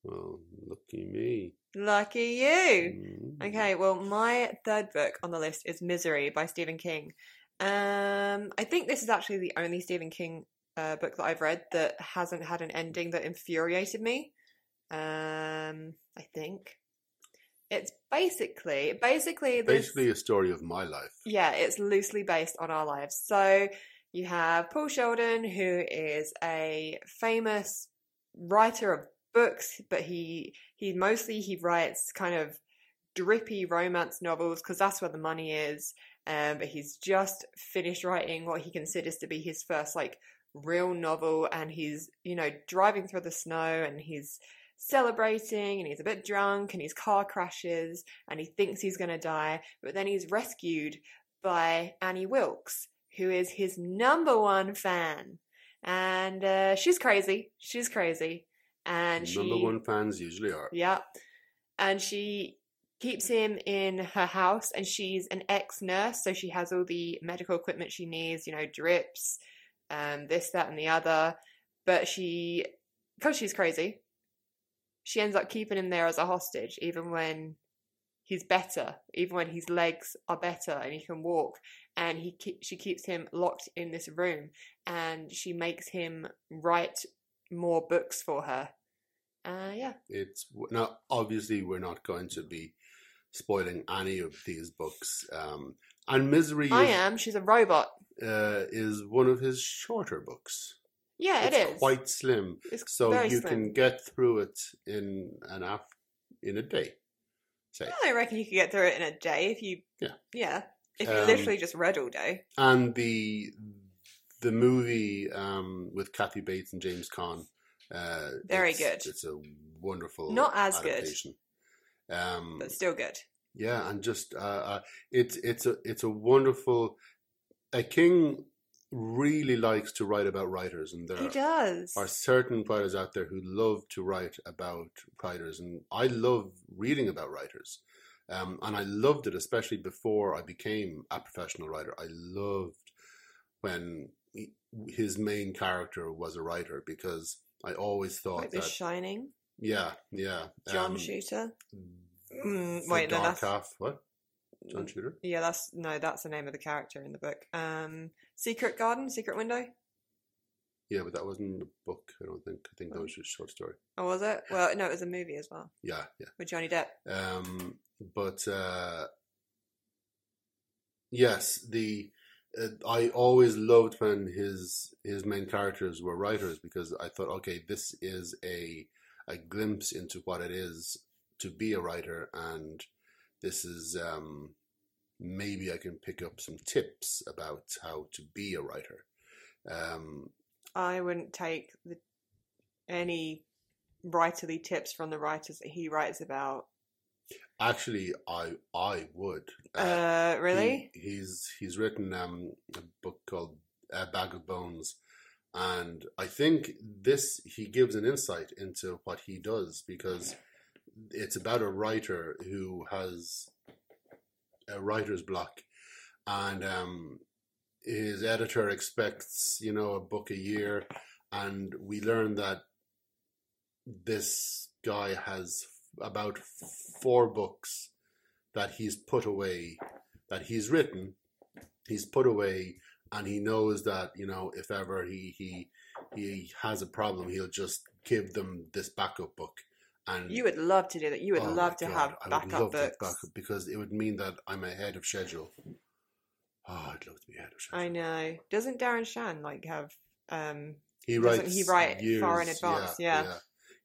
Well, lucky me.
Lucky you.
Mm.
Okay, well, my third book on the list is Misery by Stephen King. Um, I think this is actually the only Stephen King uh, book that I've read that hasn't had an ending that infuriated me. Um, I think it's basically basically this,
Basically, a story of my life.
yeah, it's loosely based on our lives. So you have Paul Sheldon, who is a famous writer of books, but he he mostly he writes kind of drippy romance novels because that's where the money is. Um, but he's just finished writing what he considers to be his first like real novel, and he's you know driving through the snow and he's celebrating and he's a bit drunk and his car crashes and he thinks he's going to die but then he's rescued by Annie Wilkes, who is his number one fan. And uh, she's crazy. She's crazy. And she.
Number one fans usually are.
Yeah. And she keeps him in her house, and she's an ex nurse, so she has all the medical equipment she needs, you know, drips, um, this, that, and the other. But she, because she's crazy, she ends up keeping him there as a hostage, even when he's better, even when his legs are better and he can walk. And he, ke- she keeps him locked in this room, and she makes him write more books for her. Uh, yeah.
It's now obviously we're not going to be spoiling any of these books. Um, and Misery
I
is,
am. She's a robot.
Uh, is one of his shorter books.
Yeah,
it's
it is.
quite slim,
It's
so
very
you
slim.
can get through it in an af- in a day. Say,
I reckon you could get through it in a day if you.
Yeah.
Yeah. If you
Um,
literally just read all day.
and the the movie um, with Kathy Bates and James Caan. Uh,
Very
it's-
good.
It's a wonderful
Not as good.
good. Um,
But still good.
Yeah, and just uh, uh, it's it's a it's a wonderful. A king really likes to write about writers, and
He
there
does.
are certain writers out there who love to write about writers, and I love reading about writers. Um, and I loved it, especially before I became a professional writer. I loved when he, his main character was a writer because I always thought
Like The
that.
Shining.
yeah, yeah.
John
um,
Shooter. Mm,
the
wait, Mm. no,
Dark
that's-
Half. What? John Shooter?
Yeah, that's. No, that's the name of the character in the book. Um, Secret Garden? Secret Window?
Yeah, but that wasn't a book. I don't think. I think
Oh.
that was just a short story.
Or was it? Well, no, it was a movie as well
Yeah, yeah.
with Johnny Depp.
Um, but uh, yes, the uh, I always loved when his his main characters were writers because I thought, okay, this is a a glimpse into what it is to be a writer, and this is um, maybe I can pick up some tips about how to be a writer. Um,
I wouldn't take the, any writerly tips from the writers that he writes about.
actually, I I would. Uh,
Uh, really?
He- he's he's written um, a book called A Bag of Bones, and I think this he gives an insight into what he does because it's about a writer who has a writer's block, and um, his editor expects you know a book a year, and we learn that this guy has about four books that he's put away that he's written, he's put away, and he knows that you know if ever he he he has a problem, he'll just give them this backup book. And
You would love to do that. You would
Oh my
love to
God,
have
I would
backup
love
books.
that backup because it would mean that I'm ahead of schedule. Oh, I'd love to be ahead of schedule.
I know. Doesn't Darren Shan like have um
He
Doesn't he write
years-
far in advance? Yeah.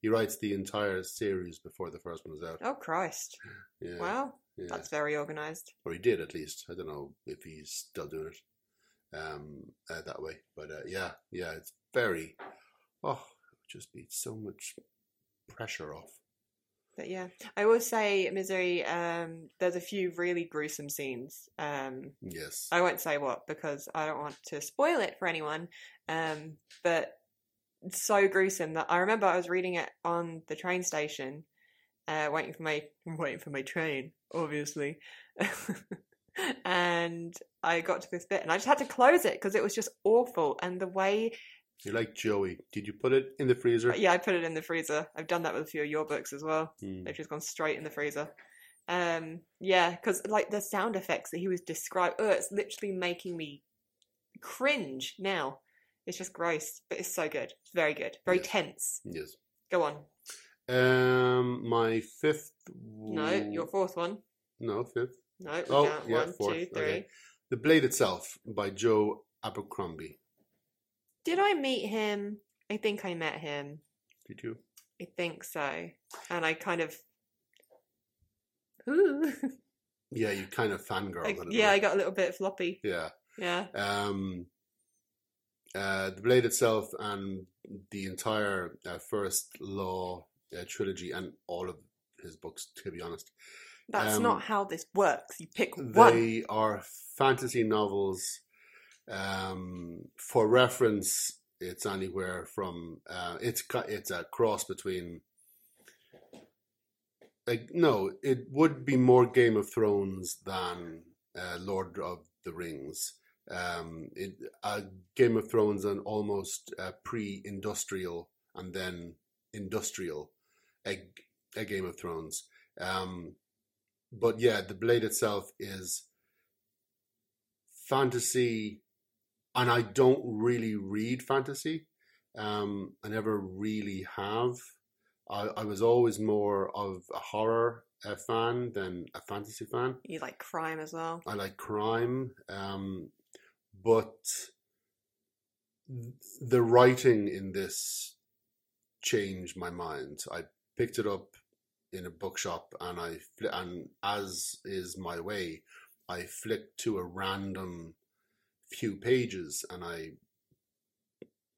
He writes the entire series before the first one's out.
oh Christ.
Yeah,
Wow.
yeah.
That's very organized.
or he did at least. I don't know if he's still doing it um, uh, that way, but uh, yeah, yeah, it's very. Oh, it would just be so much pressure off.
But yeah. I will say Misery, um there's a few really gruesome scenes. Um
Yes,
I won't say what because I don't want to spoil it for anyone. Um but so gruesome that I remember I was reading it on the train station, uh, waiting for my waiting for my train, obviously. and I got to this bit, and I just had to close it because it was just awful. And the way,
You're like Joey. Did you put it in the freezer?
yeah, I put it in the freezer. I've done that with a few of your books as well.
Hmm.
They've just gone straight in the freezer. Um, yeah, because like the sound effects that he was describing, oh, it's literally making me cringe now. It's just gross, but it's so good. It's very good, very
Yes.
tense.
Yes.
Go on.
Um, my fifth.
No, your fourth one.
No, fifth.
No, we
Oh,
count.
yeah,
one,
fourth.
two, three.
Okay. The Blade Itself by Joe Abercrombie.
Did I meet him? I think I met him.
Did you?
I think so. And I kind of. Ooh.
Yeah, you kind of fangirl.
I-
a little
yeah, I
bit.
got a little bit floppy.
yeah.
Yeah.
Um, uh, the Blade itself and the entire uh, First Law uh, trilogy and all of his books, to be honest,
That's
Um,
not how this works. You pick one.
they are fantasy novels. Um, for reference, it's anywhere from uh, it's ki- it's a cross between. Like no, it would be more Game of Thrones than uh, Lord of the Rings. Um, it uh, Game of Thrones and almost uh, pre-industrial and then industrial, a, a Game of Thrones. Um, but yeah, the blade itself is fantasy, and I don't really read fantasy. Um, I never really have. I, I was always more of a horror uh, fan than a fantasy fan.
You like crime as well.
I like crime, um, but th- the writing in this changed my mind. I picked it up in a bookshop, and I fli and as is my way, I flicked to a random few pages, and I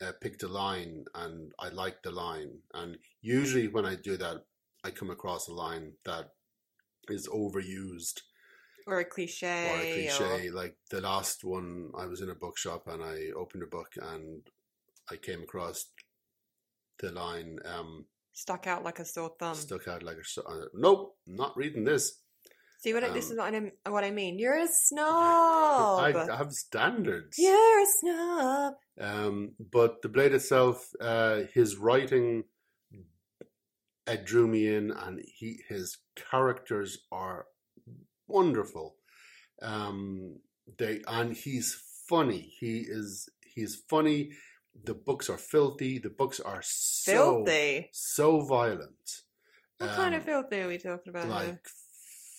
uh, picked a line, and I liked the line. And usually, when I do that, I come across a line that is overused
Or a cliche.
or a
or-
cliche. Like the last one, I was in a bookshop and I opened a book and I came across the line um,
stuck out like a sore thumb.
stuck out like a s- uh, nope, not reading this.
See what I, this
um,
is what I, what I mean. You're a snob.
I, I have standards.
You're a snob.
Um, but the blade itself, uh, his writing, it drew me in, and he his characters are wonderful. Um, they and he's funny. He is he's funny. The books are filthy. The books are so
Filthy.
so violent.
What kind
Um,
of filthy are we talking about? here?
Like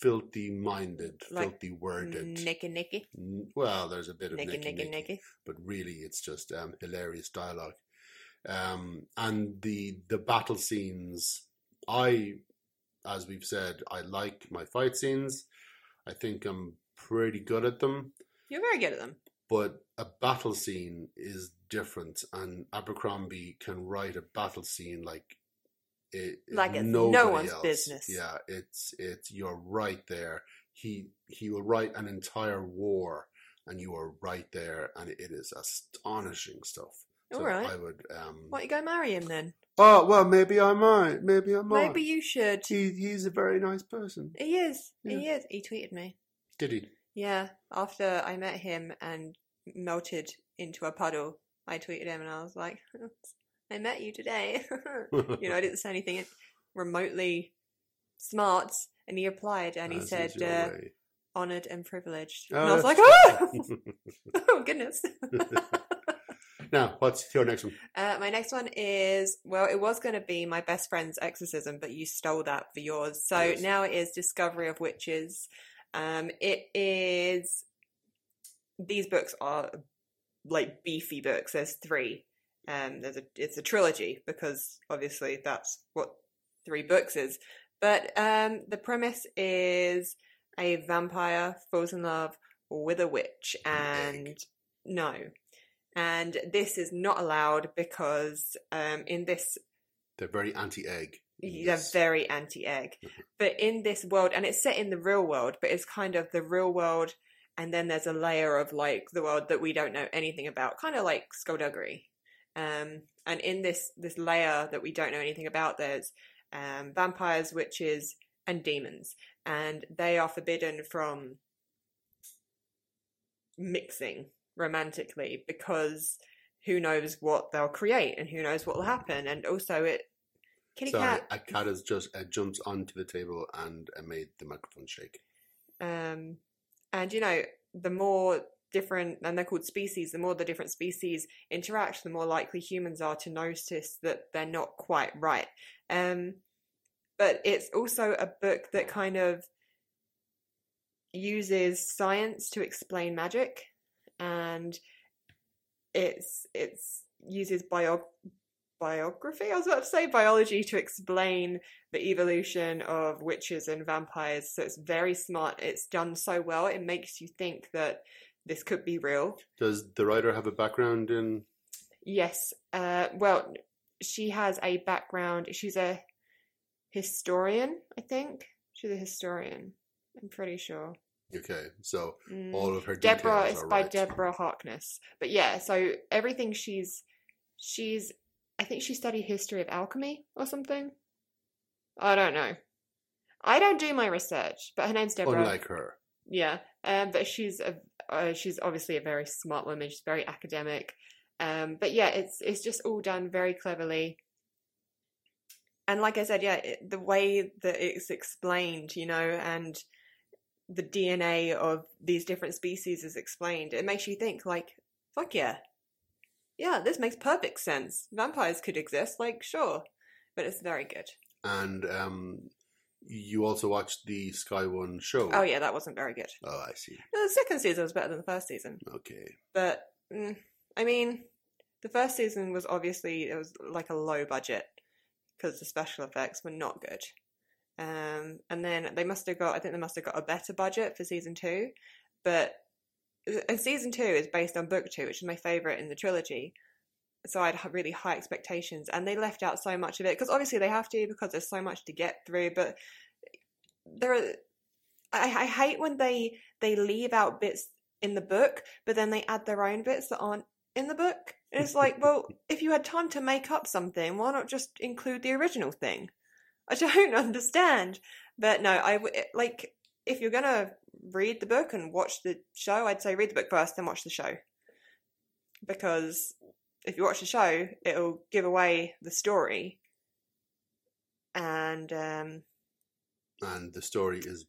filthy minded,
Like
filthy worded.
Mm, Nicky, Nicky.
N- well, there's a bit of
Nicky,
Nicky,
Nicky,
Nicky
Nicky.
but really it's just um, hilarious dialogue. Um, and the the battle scenes, I, as we've said, I like my fight scenes. I think I'm pretty good at them,
You're very good at them.
but a battle scene is different, and Abercrombie can write a battle scene like it
Like it's no
nobody
one's business.
Yeah, it's it's you're right there. He he will write an entire war, and you are right there, and it is astonishing stuff.
All right.
I would. Um,
Why don't you go marry him then?
Oh well, maybe I might. Maybe I might.
Maybe you should.
he, he's a very nice person.
He is. He is. He tweeted me.
Did he?
Yeah. After I met him and melted into a puddle, I tweeted him and I was like, I met you today. you know, I didn't say anything remotely smart. And he replied and he
As is
said,
your
uh,
way.
honoured and privileged.
Oh,
and I was like, "Ah!"
that's-
oh! oh, goodness.
now, what's your next one?
Uh, my next one is well, it was going to be my best friend's exorcism, but you stole that for yours. So
Yes.
now it is Discovery of Witches. Um, it is. These books are like beefy books. There's three. Um, there's a it's a trilogy because obviously that's what three books is. But um, the premise is a vampire falls in love with a witch
An
and no and this is not allowed because um, in this
They're very anti-egg. Yes. Mm-hmm.
they're very anti-egg but in this world and it's set in the real world but it's kind of the real world and then there's a layer of like the world that we don't know anything about kind of like skullduggery Um, and in this this layer that we don't know anything about, there's um, vampires, witches, and demons, and they are forbidden from mixing romantically because who knows what they'll create and who knows what will happen, and also it. Kitty
Sorry,
cat.
a cat has just uh, jumped onto the table and uh, made the microphone shake.
Um, and you know, the more different, and they're called species, the more the different species interact, the more likely humans are to notice that they're not quite right. Um, but it's also a book that kind of uses science to explain magic, and it's it's uses bio biography. I was about to say biology to explain the evolution of witches and vampires. So it's very smart. It's done so well. It makes you think that this could be real.
Does the writer have a background in?
Yes. Uh, well, she has a background. She's a historian, I think. She's a historian. I'm pretty sure.
Okay, so
Mm.
all of her details
Deborah
are
is by
right.
Deborah Harkness. But yeah, so everything she's she's I think she studied history of alchemy or something. I don't know. I don't do my research, but her name's Deborah.
Unlike her,
Yeah, um, but she's a uh, she's obviously a very smart woman. She's very academic, um, but yeah, it's it's just all done very cleverly. And like I said, yeah, it, the way that it's explained, you know, and the DNA of these different species is explained, it makes you think like, fuck yeah, yeah, this makes perfect sense. Vampires could exist, like sure, but it's very good.
and um, you also watched the Sky One show.
Oh yeah, that wasn't very good.
Oh, I see.
The second season was better than the first season.
Okay.
but mm, I mean, the first season was obviously it was like a low budget because the special effects were not good. Um, and then they must have got I think they must have got a better budget for season two, but uh, and season two is based on book two, which is my favorite in the trilogy. So I had h- really high expectations, and they left out so much of it because obviously they have to because there's so much to get through. But there, are, I, I hate when they they leave out bits in the book, but then they add their own bits that aren't in the book. And it's like, well, if you had time to make up something, why not just include the original thing? I don't understand. But no, I w- it- like if you're gonna read the book and watch the show, I'd say read the book first, then watch the show. Because if you watch the show, it'll give away the story. And um,
And the story is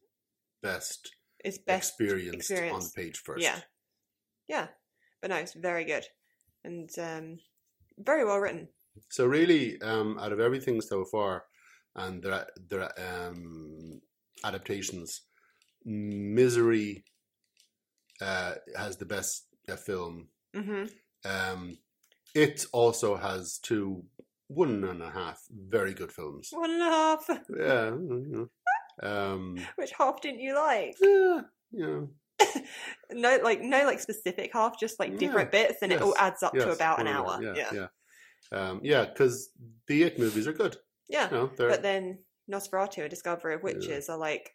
best,
it's best
experienced on the
experienced.
page first.
Yeah. Yeah. But no, it's very good. And um, very well written.
So really, um, out of everything so far, and there are, there are, um, adaptations, Misery uh, has the best uh, film.
hmm
Um, it also has two, one and a half very good films.
One and a half.
Yeah, you know. um,
Which half didn't you like?
yeah, you know.
No, like no, like specific half, just like different bits, and
Yes.
it all adds up to
Yes,
about an
one and a
hour.
half,
Yeah,
yeah, yeah, um, yeah. Because the It movies are good.
Yeah.
You know, they're
But then Nosferatu and Discovery of Witches are like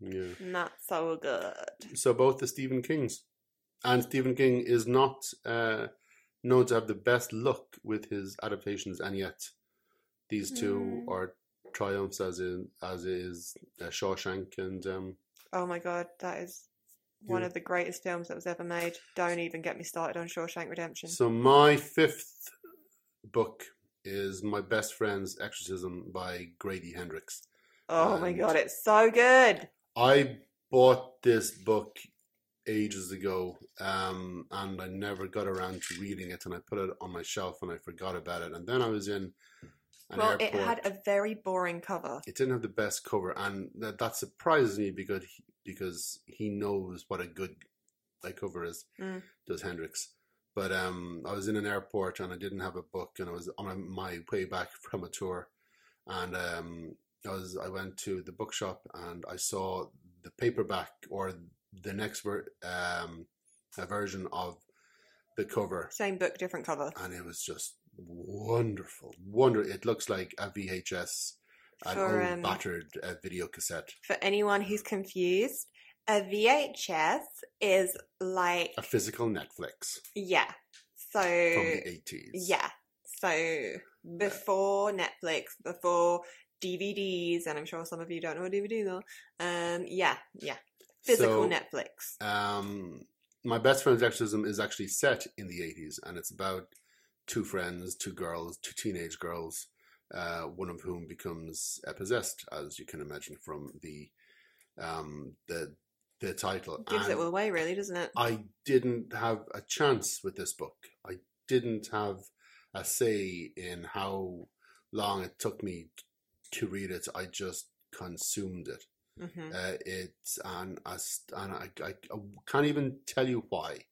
yeah.
not so good.
So both the Stephen Kings, and Stephen King is not uh, known to have the best luck with his adaptations, and yet these two
Hmm.
are triumphs, as in as is uh, Shawshank and um,
Oh my god, that is one
Yeah.
of the greatest films that was ever made. Don't even get me started on Shawshank Redemption.
So my fifth book is My Best Friend's Exorcism by Grady Hendrix.
oh my
and-
god, it's so good.
I bought this book ages ago, um, and I never got around to reading it, and I put it on my shelf and I forgot about it. And then I was in an
well,
airport.
it had a very boring cover.
It didn't have the best cover, and that, that surprises me because he, because he knows what a good like cover is.
Mm.
Does Hendrix? But um, I was in an airport and I didn't have a book, and I was on my way back from a tour, and um, I was I went to the bookshop and I saw the paperback or the next ver- um, a version of the cover,
Same book, different cover.
and it was just wonderful. Wonder it looks like a VHS, an
For,
old
um,
battered uh, video cassette,
For anyone who's confused, a VHS is like
a physical Netflix.
yeah. So
from the eighties.
Uh, Yeah. So before Netflix, before DVDs, and I'm sure some of you don't know what DVDs are. Um, yeah, yeah.
So,
Physical Netflix.
Um, my best friend's exorcism is actually set in the eighties, and it's about two friends, two girls, two teenage girls, uh, one of whom becomes uh, possessed, as you can imagine from the um, the the title.
Gives it
And-
all away, really, doesn't it?
I didn't have a chance with this book. I didn't have a say in how long it took me to read it. I just consumed it.
hmm
Uh, it's and, I, s- and I, I, I can't even tell you why.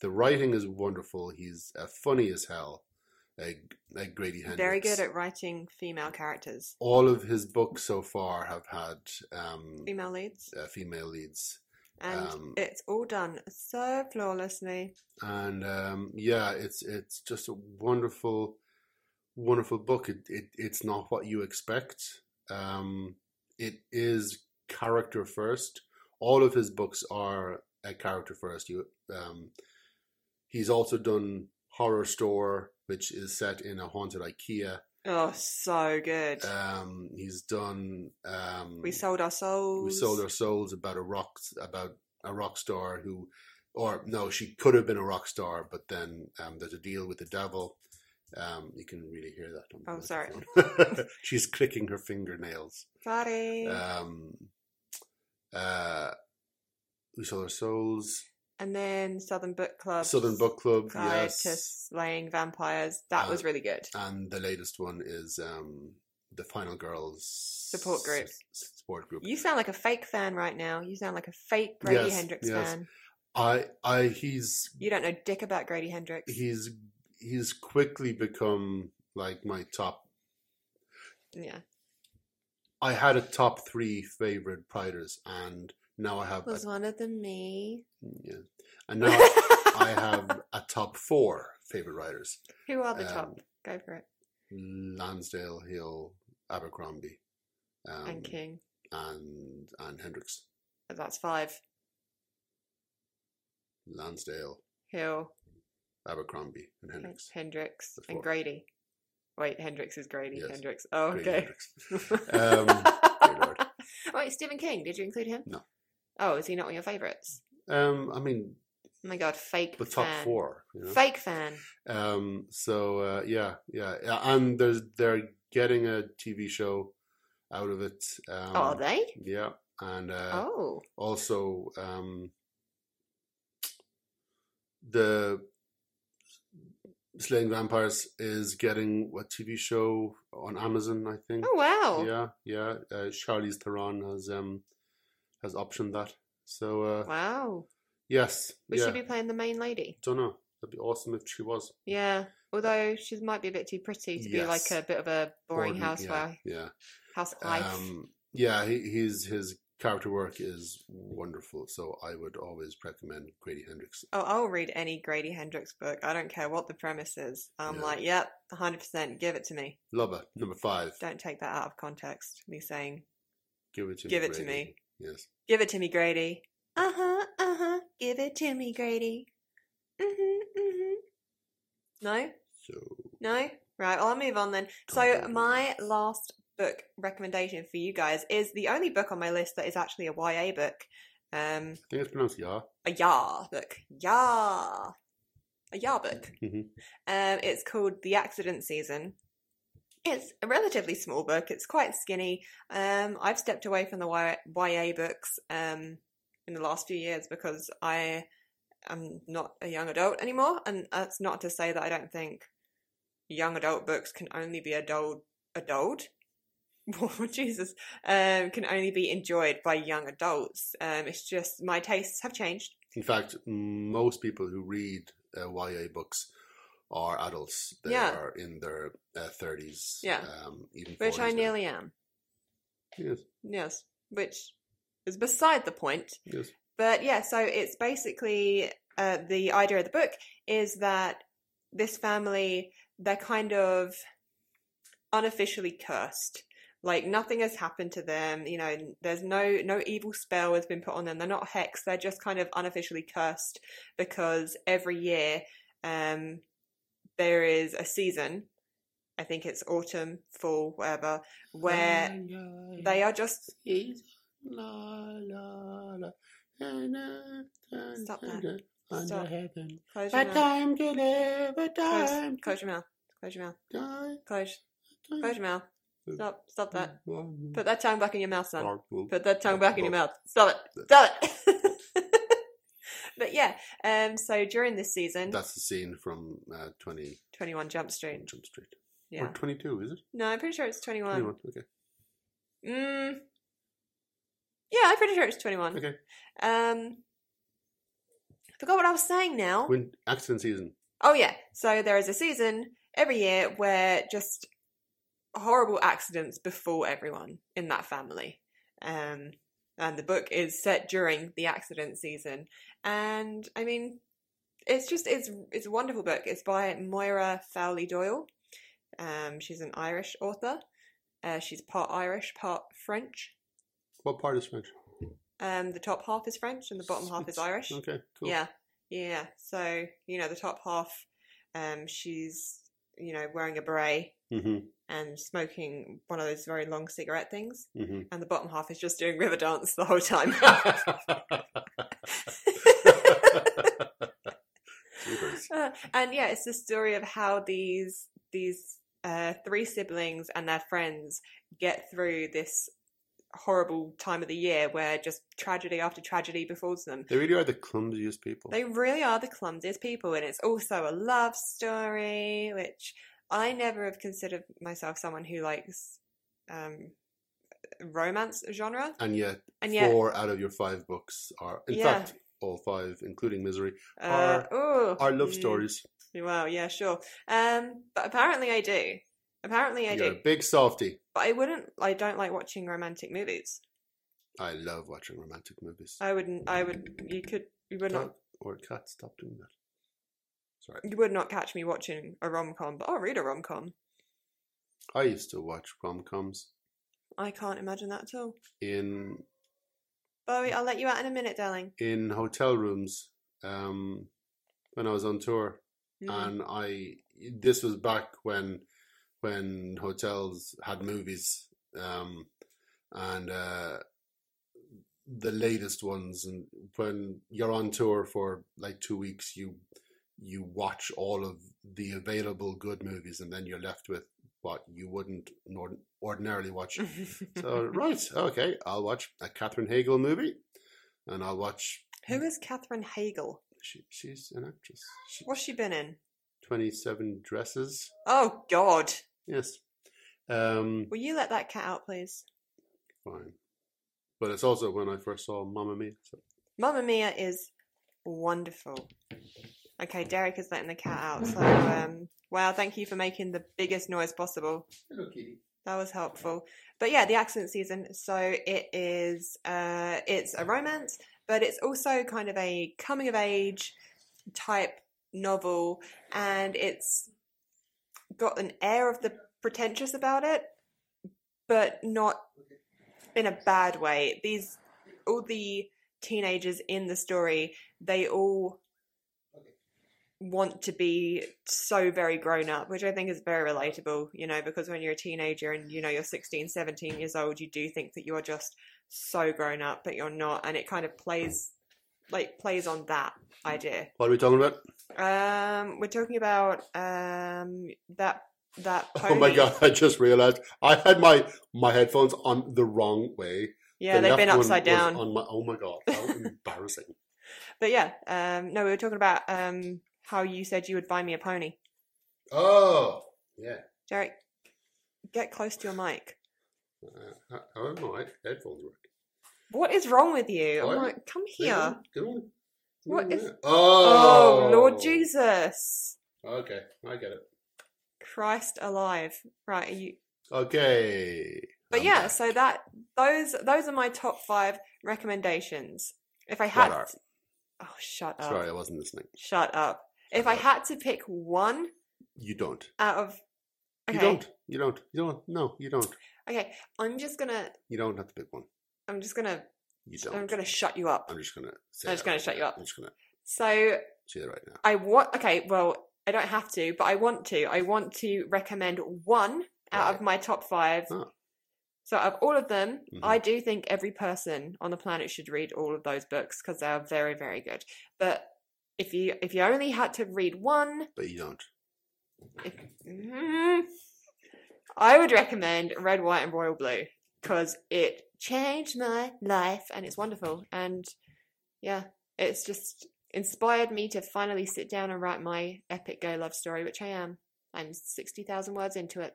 The writing is wonderful. He's uh, funny as hell. Uh, uh, Grady Hendrix.
Very good at writing female characters,
all of his books so far have had um,
female leads,
uh, female leads.
and
um,
it's all done so flawlessly.
and um, yeah, it's it's just a wonderful, wonderful book. It, it it's not what you expect. Um, it is character first. All of his books are a character first. You um, he's also done Horror Store, which is set in a haunted IKEA.
Oh, so good.
Um, he's done um,
we sold our souls.
we sold our souls about a rock about a rock star who or no she could have been a rock star but then um, there's a deal with the devil um, you can really hear that on the
Oh, sorry.
microphone. she's clicking her fingernails
Sorry.
um, uh, we sold our souls
and then Southern Book Club.
southern book club
Guide to
yes
Slaying Vampires. That
Uh,
was really good.
and the latest one is um, the final girls support
group.
support group
You sound like a fake fan right now. You sound like a fake Grady
Yes,
Hendrix
yes.
fan.
i i he's
You don't know dick about Grady Hendrix.
he's he's quickly become like my top.
yeah.
I had a top three favorite writers, and now I have a,
Was one of them me?
yeah, and now I have a top four favorite writers:
Who are the
um,
top? Go for it.
Lansdale, Hill, Abercrombie, um,
and King.
and and Hendricks.
That's five.
Lansdale,
Hill,
Abercrombie, and Hendricks.
Hendrix,
That's
and
four.
Grady. Wait, Hendrix is Grady.
Yes.
Hendrix. Oh,
Grady
okay.
Hendricks. Um, dear Lord.
Wait, Stephen King. Did you include him?
No.
Oh, is he not one of your favorites?
Um, I mean
Oh my god, fake
the top
fan.
four. You know?
Fake fan.
Um. So uh, yeah, yeah, yeah, and there's they're getting a TV show out of it. Um,
oh, are they?
Yeah, and uh,
oh,
also um, the Slaying Vampires is getting a TV show on Amazon, I think.
oh wow.
Yeah, yeah. Uh, Charlize Theron has um has optioned that. So uh,
Wow.
yes,
We
yeah.
should be playing the main lady.
Don't know. That'd be awesome if she was.
Yeah. Although she might be a bit too pretty to be like
Yes.
a bit of a boring
Gordon,
housewife.
Yeah. yeah.
Housewife.
Um, yeah, he, his his character work is wonderful. So I would always recommend Grady Hendrix.
oh, I'll read any Grady Hendrix book. I don't care what the premise is. I'm
Yeah.
like, yep, 100%. Give it to me.
Lover number five.
Don't take that out of context. Me saying,
Give it to
Give
me.
it to
Grady.
me.
Yes.
give it to me, Grady. Uh huh. Uh huh. Give it to me, Grady. Mhm. Mhm. No.
So
No? Right, well, I'll move on then. So,
Completely.
my last book recommendation for you guys is the only book on my list that is actually a YA book. Um,
I think it's pronounced Yah.
a YA book. YA! A YA book.
Mhm.
Um, it's called The Accident Season. It's a relatively small book, it's quite skinny. Um, I've stepped away from the Y- YA books um, in the last few years because I am not a young adult anymore, and that's not to say that I don't think young adult books can only be adult adult. Oh, Jesus, um, can only be enjoyed by young adults. Um, it's just my tastes have changed.
In fact, most people who read uh, YA books are adults. They
Yeah.
are in their uh, thirties.
Yeah.
Um, even
Which
40s
I
now.
nearly am.
Yes.
Yes. Which is beside the point.
Yes.
But yeah, so it's basically uh, the idea of the book is that this family, they're kind of unofficially cursed. Like nothing has happened to them, you know. There's no no evil spell has been put on them. They're not hexed. They're just kind of unofficially cursed because every year, um, there is a season. I think it's autumn, fall, whatever, where they are just
Stop
that.
Under
Stop.
heaven.
close
A
your mouth,
time to live, a
close,
time
close your mouth, close your mouth,
to die.
close, close your mouth. Stop, stop
Mm.
that.
Put
Put that tongue back in your mouth, son.
that.
Put that tongue back in your mouth. Stop it. Stop it. but yeah, um, so during this season,
That's the scene from uh, 20
21 Jump Street.
Jump Street. Or
Yeah.
22, is it?
No, I'm pretty sure it's 21.
21, okay.
Mm. Yeah, I'm pretty sure it's 21.
Okay.
Um, I forgot what I was saying now.
When accident season.
Oh yeah. So there is a season every year where just horrible accidents befall everyone in that family. Um and the book is set during the accident season. And I mean it's just it's it's a wonderful book. It's by Moira Fowley Doyle. Um she's an Irish author. Uh, she's part Irish, part French.
What part is French?
Um the top half is French and the bottom half is
It's-
Irish.
Okay, cool.
Yeah, yeah. So you know, the top half, um, she's you know wearing a beret
Mm-hmm,
and smoking one of those very long cigarette things,
mm-hmm.
and the bottom half is just doing river dance the whole time.
Jeepers.
Uh, and yeah, it's the story of how these these uh, three siblings and their friends get through this horrible time of the year where just tragedy after tragedy befalls them.
They really are the clumsiest people.
They really are the clumsiest people, and it's also a love story, which I never have considered myself someone who likes um, romance genre,
and yet,
and yet,
four out of your five books are, in
Yeah.
fact, all five, including Misery,
uh, ooh,
are love
mm,
stories.
Well, yeah, sure, um, but apparently I do. Apparently I
You're
do,
a big softy.
but I wouldn't. I don't like watching romantic movies.
I love watching romantic movies.
I wouldn't. I would. You could. You would not.
Dog or cat, stop doing that. Sorry.
You would not catch me watching a rom com, but I'll read a rom com.
I used to watch rom coms
I can't imagine that at all.
in Mm.
Bowie, I'll let you out in a minute, darling.
in hotel rooms um, when I was on tour,
Mm.
and I this was back when when hotels had movies, um, and uh, the latest ones, and when you're on tour for like two weeks, you you watch all of the available good movies, and then you're left with what you wouldn't nor- ordinarily watch. So right, okay, I'll watch a Catherine Hagel movie, and I'll watch.
Who is Catherine Hagel?
She, she's an actress. She,
What's she been in?
Twenty-seven dresses.
Oh God!
Yes. Um.
Will you let that cat out, please?
Fine. But it's also when I first saw Mamma Mia. So.
Mamma Mia is wonderful. Okay, Derek is letting the cat out. So, um, wow! Thank you for making the biggest noise possible. That was helpful. But yeah, the accident season. So it is. Uh, it's a romance, but it's also kind of a coming of age type novel, and it's got an air of the pretentious about it, but not in a bad way. These all the teenagers in the story, they all want to be so very grown up, which I think is very relatable, you know, because when you're a teenager and you know you're 16, 17 years old, you do think that you're just so grown up, but you're not, and it kind of plays like plays on that idea.
What are we talking about?
Um, we're talking about um that that
Oh
pony.
my god! I just realized I had my my headphones on the wrong way.
Yeah,
The
they've
left
been
one
upside
was
down.
On my oh my god! How embarrassing!
But yeah, um, no, we were talking about um how you said you would buy me a pony.
Oh yeah.
Derek, get close to your mic.
Uh, I, I don't know. My headphones work.
What is wrong with you? I'm
What?
like, come
They
here.
don't- they don't-
What is-
Oh,
Oh, Lord Jesus.
Okay, I get it.
Christ alive. Right, are you
Okay.
But
I'm
yeah,
back.
so that those those are my top five recommendations. If I had
are-
to- Oh shut up.
Sorry, I wasn't listening.
Shut up. If I
up.
had to pick one
You don't.
out of Okay.
You don't. You don't. You don't. No, you don't.
Okay. I'm just gonna
You don't have to pick one.
I'm just gonna
You don't.
I'm gonna shut you up.
I'm just gonna. Say
I'm
that
just gonna
right
shut you
now.
up.
I'm just gonna
So
say that right now.
I what? Okay, well, I don't have to, but I want to. I want to recommend one out of
Right.
my top five.
Oh.
So, of all of them,
Mhm.
I do think every person on the planet should read all of those books because they are very, very good. But if you if you only had to read one,
But you don't.
Mm. I would recommend Red, White, and Royal Blue because it changed my life and it's wonderful. And yeah, it's just inspired me to finally sit down and write my epic gay love story, which I am. I'm 60,000 words into it.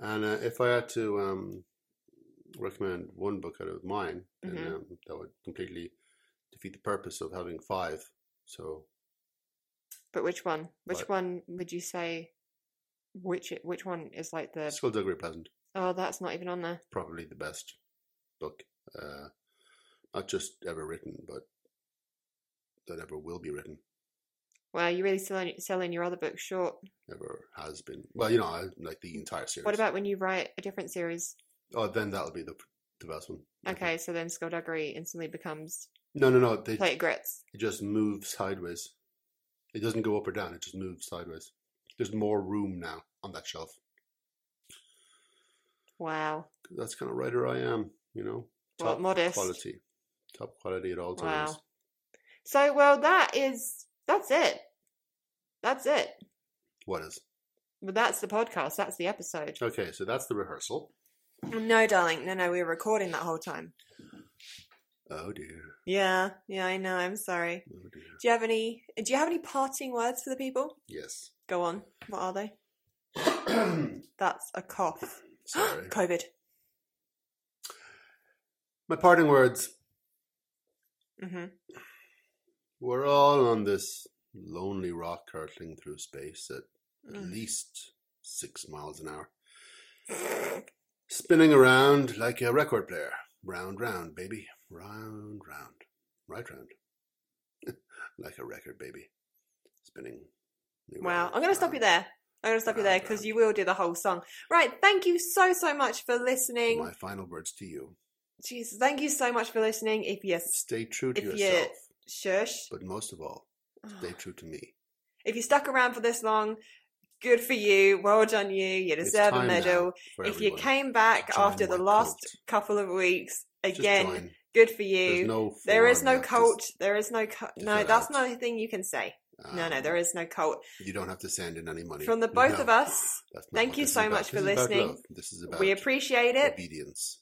And uh, if I had to um, recommend one book out of mine, then
Mhm.
um, that would completely defeat the purpose of having five. So
But which one? Which
Right.
one would you say? Which which one is like the?
Skullduggery Pleasant,
Oh, that's not even on there.
probably the best book, uh, not just ever written, but that ever will be written,
Well, you're really selling selling your other book short.
ever has been. Well, you know, I like the entire series.
What about when you write a different series?
Oh, then that'll be the the best one. I think.
Okay, so then Skullduggery instantly becomes
No, no, no. They,
plate of grits.
it just moves sideways. It doesn't go up or down. It just moves sideways. There's more room now on that shelf.
Wow.
That's kind of writer I am. You know,
Well, modest.
quality, top quality at all
Wow.
times.
So well that is that's it. That's it.
What is?
Well that's the podcast. That's the episode.
Okay, so that's the rehearsal.
Mm, No, darling. No, no, we were recording that whole time.
Oh dear.
Yeah, yeah, I know. I'm sorry.
Oh dear.
Do you have any do you have any parting words for the people?
Yes.
Go on. What are they? That's a cough.
Sorry.
COVID.
My parting words.
Mm-hmm.
We're all on this lonely rock hurtling through space at at
Mm.
least six miles an hour.
Mm.
Spinning around like a record player. Round, round, baby. Round, round. Right round. like a record, baby. Spinning. me
Wow.
round,
I'm going to stop
round.
you there. I'm going to stop you there because you will do the whole song. Right. Thank you so, so much for listening.
My final words to you.
Jesus. Thank you so much for listening. If you s-
Stay true to
If you-
yourself,
shush.
but most of all, stay true to me.
If you stuck around for this long, good for you. Well done, you. You
It's
deserve a
time now
medal.
for
If you
everyone.
came back
Join
after the
my
last
cult.
couple of weeks,
Just
again,
join.
good for
There's
you.
no
there is
form
no
you have to-
cult. There is no co-
to
no.
fill
That's
out.
not a thing you can say. No, no,
Um,
there is no cult.
You don't have to send in any money
From the both
No,
of us,
that's not
thank
what
you
this is
so
about.
much for
This is about
listening.
love. This is about
we appreciate it,
obedience.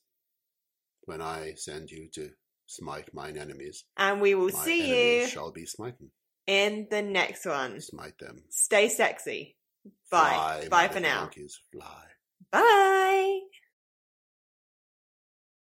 When I send you to smite mine enemies,
and we will
my
see
enemies
you
shall be smitten.
in the next one.
Smite them.
Stay sexy. Bye.
Fly, my
Bye for
little
now.
Monkeys, fly.
Bye.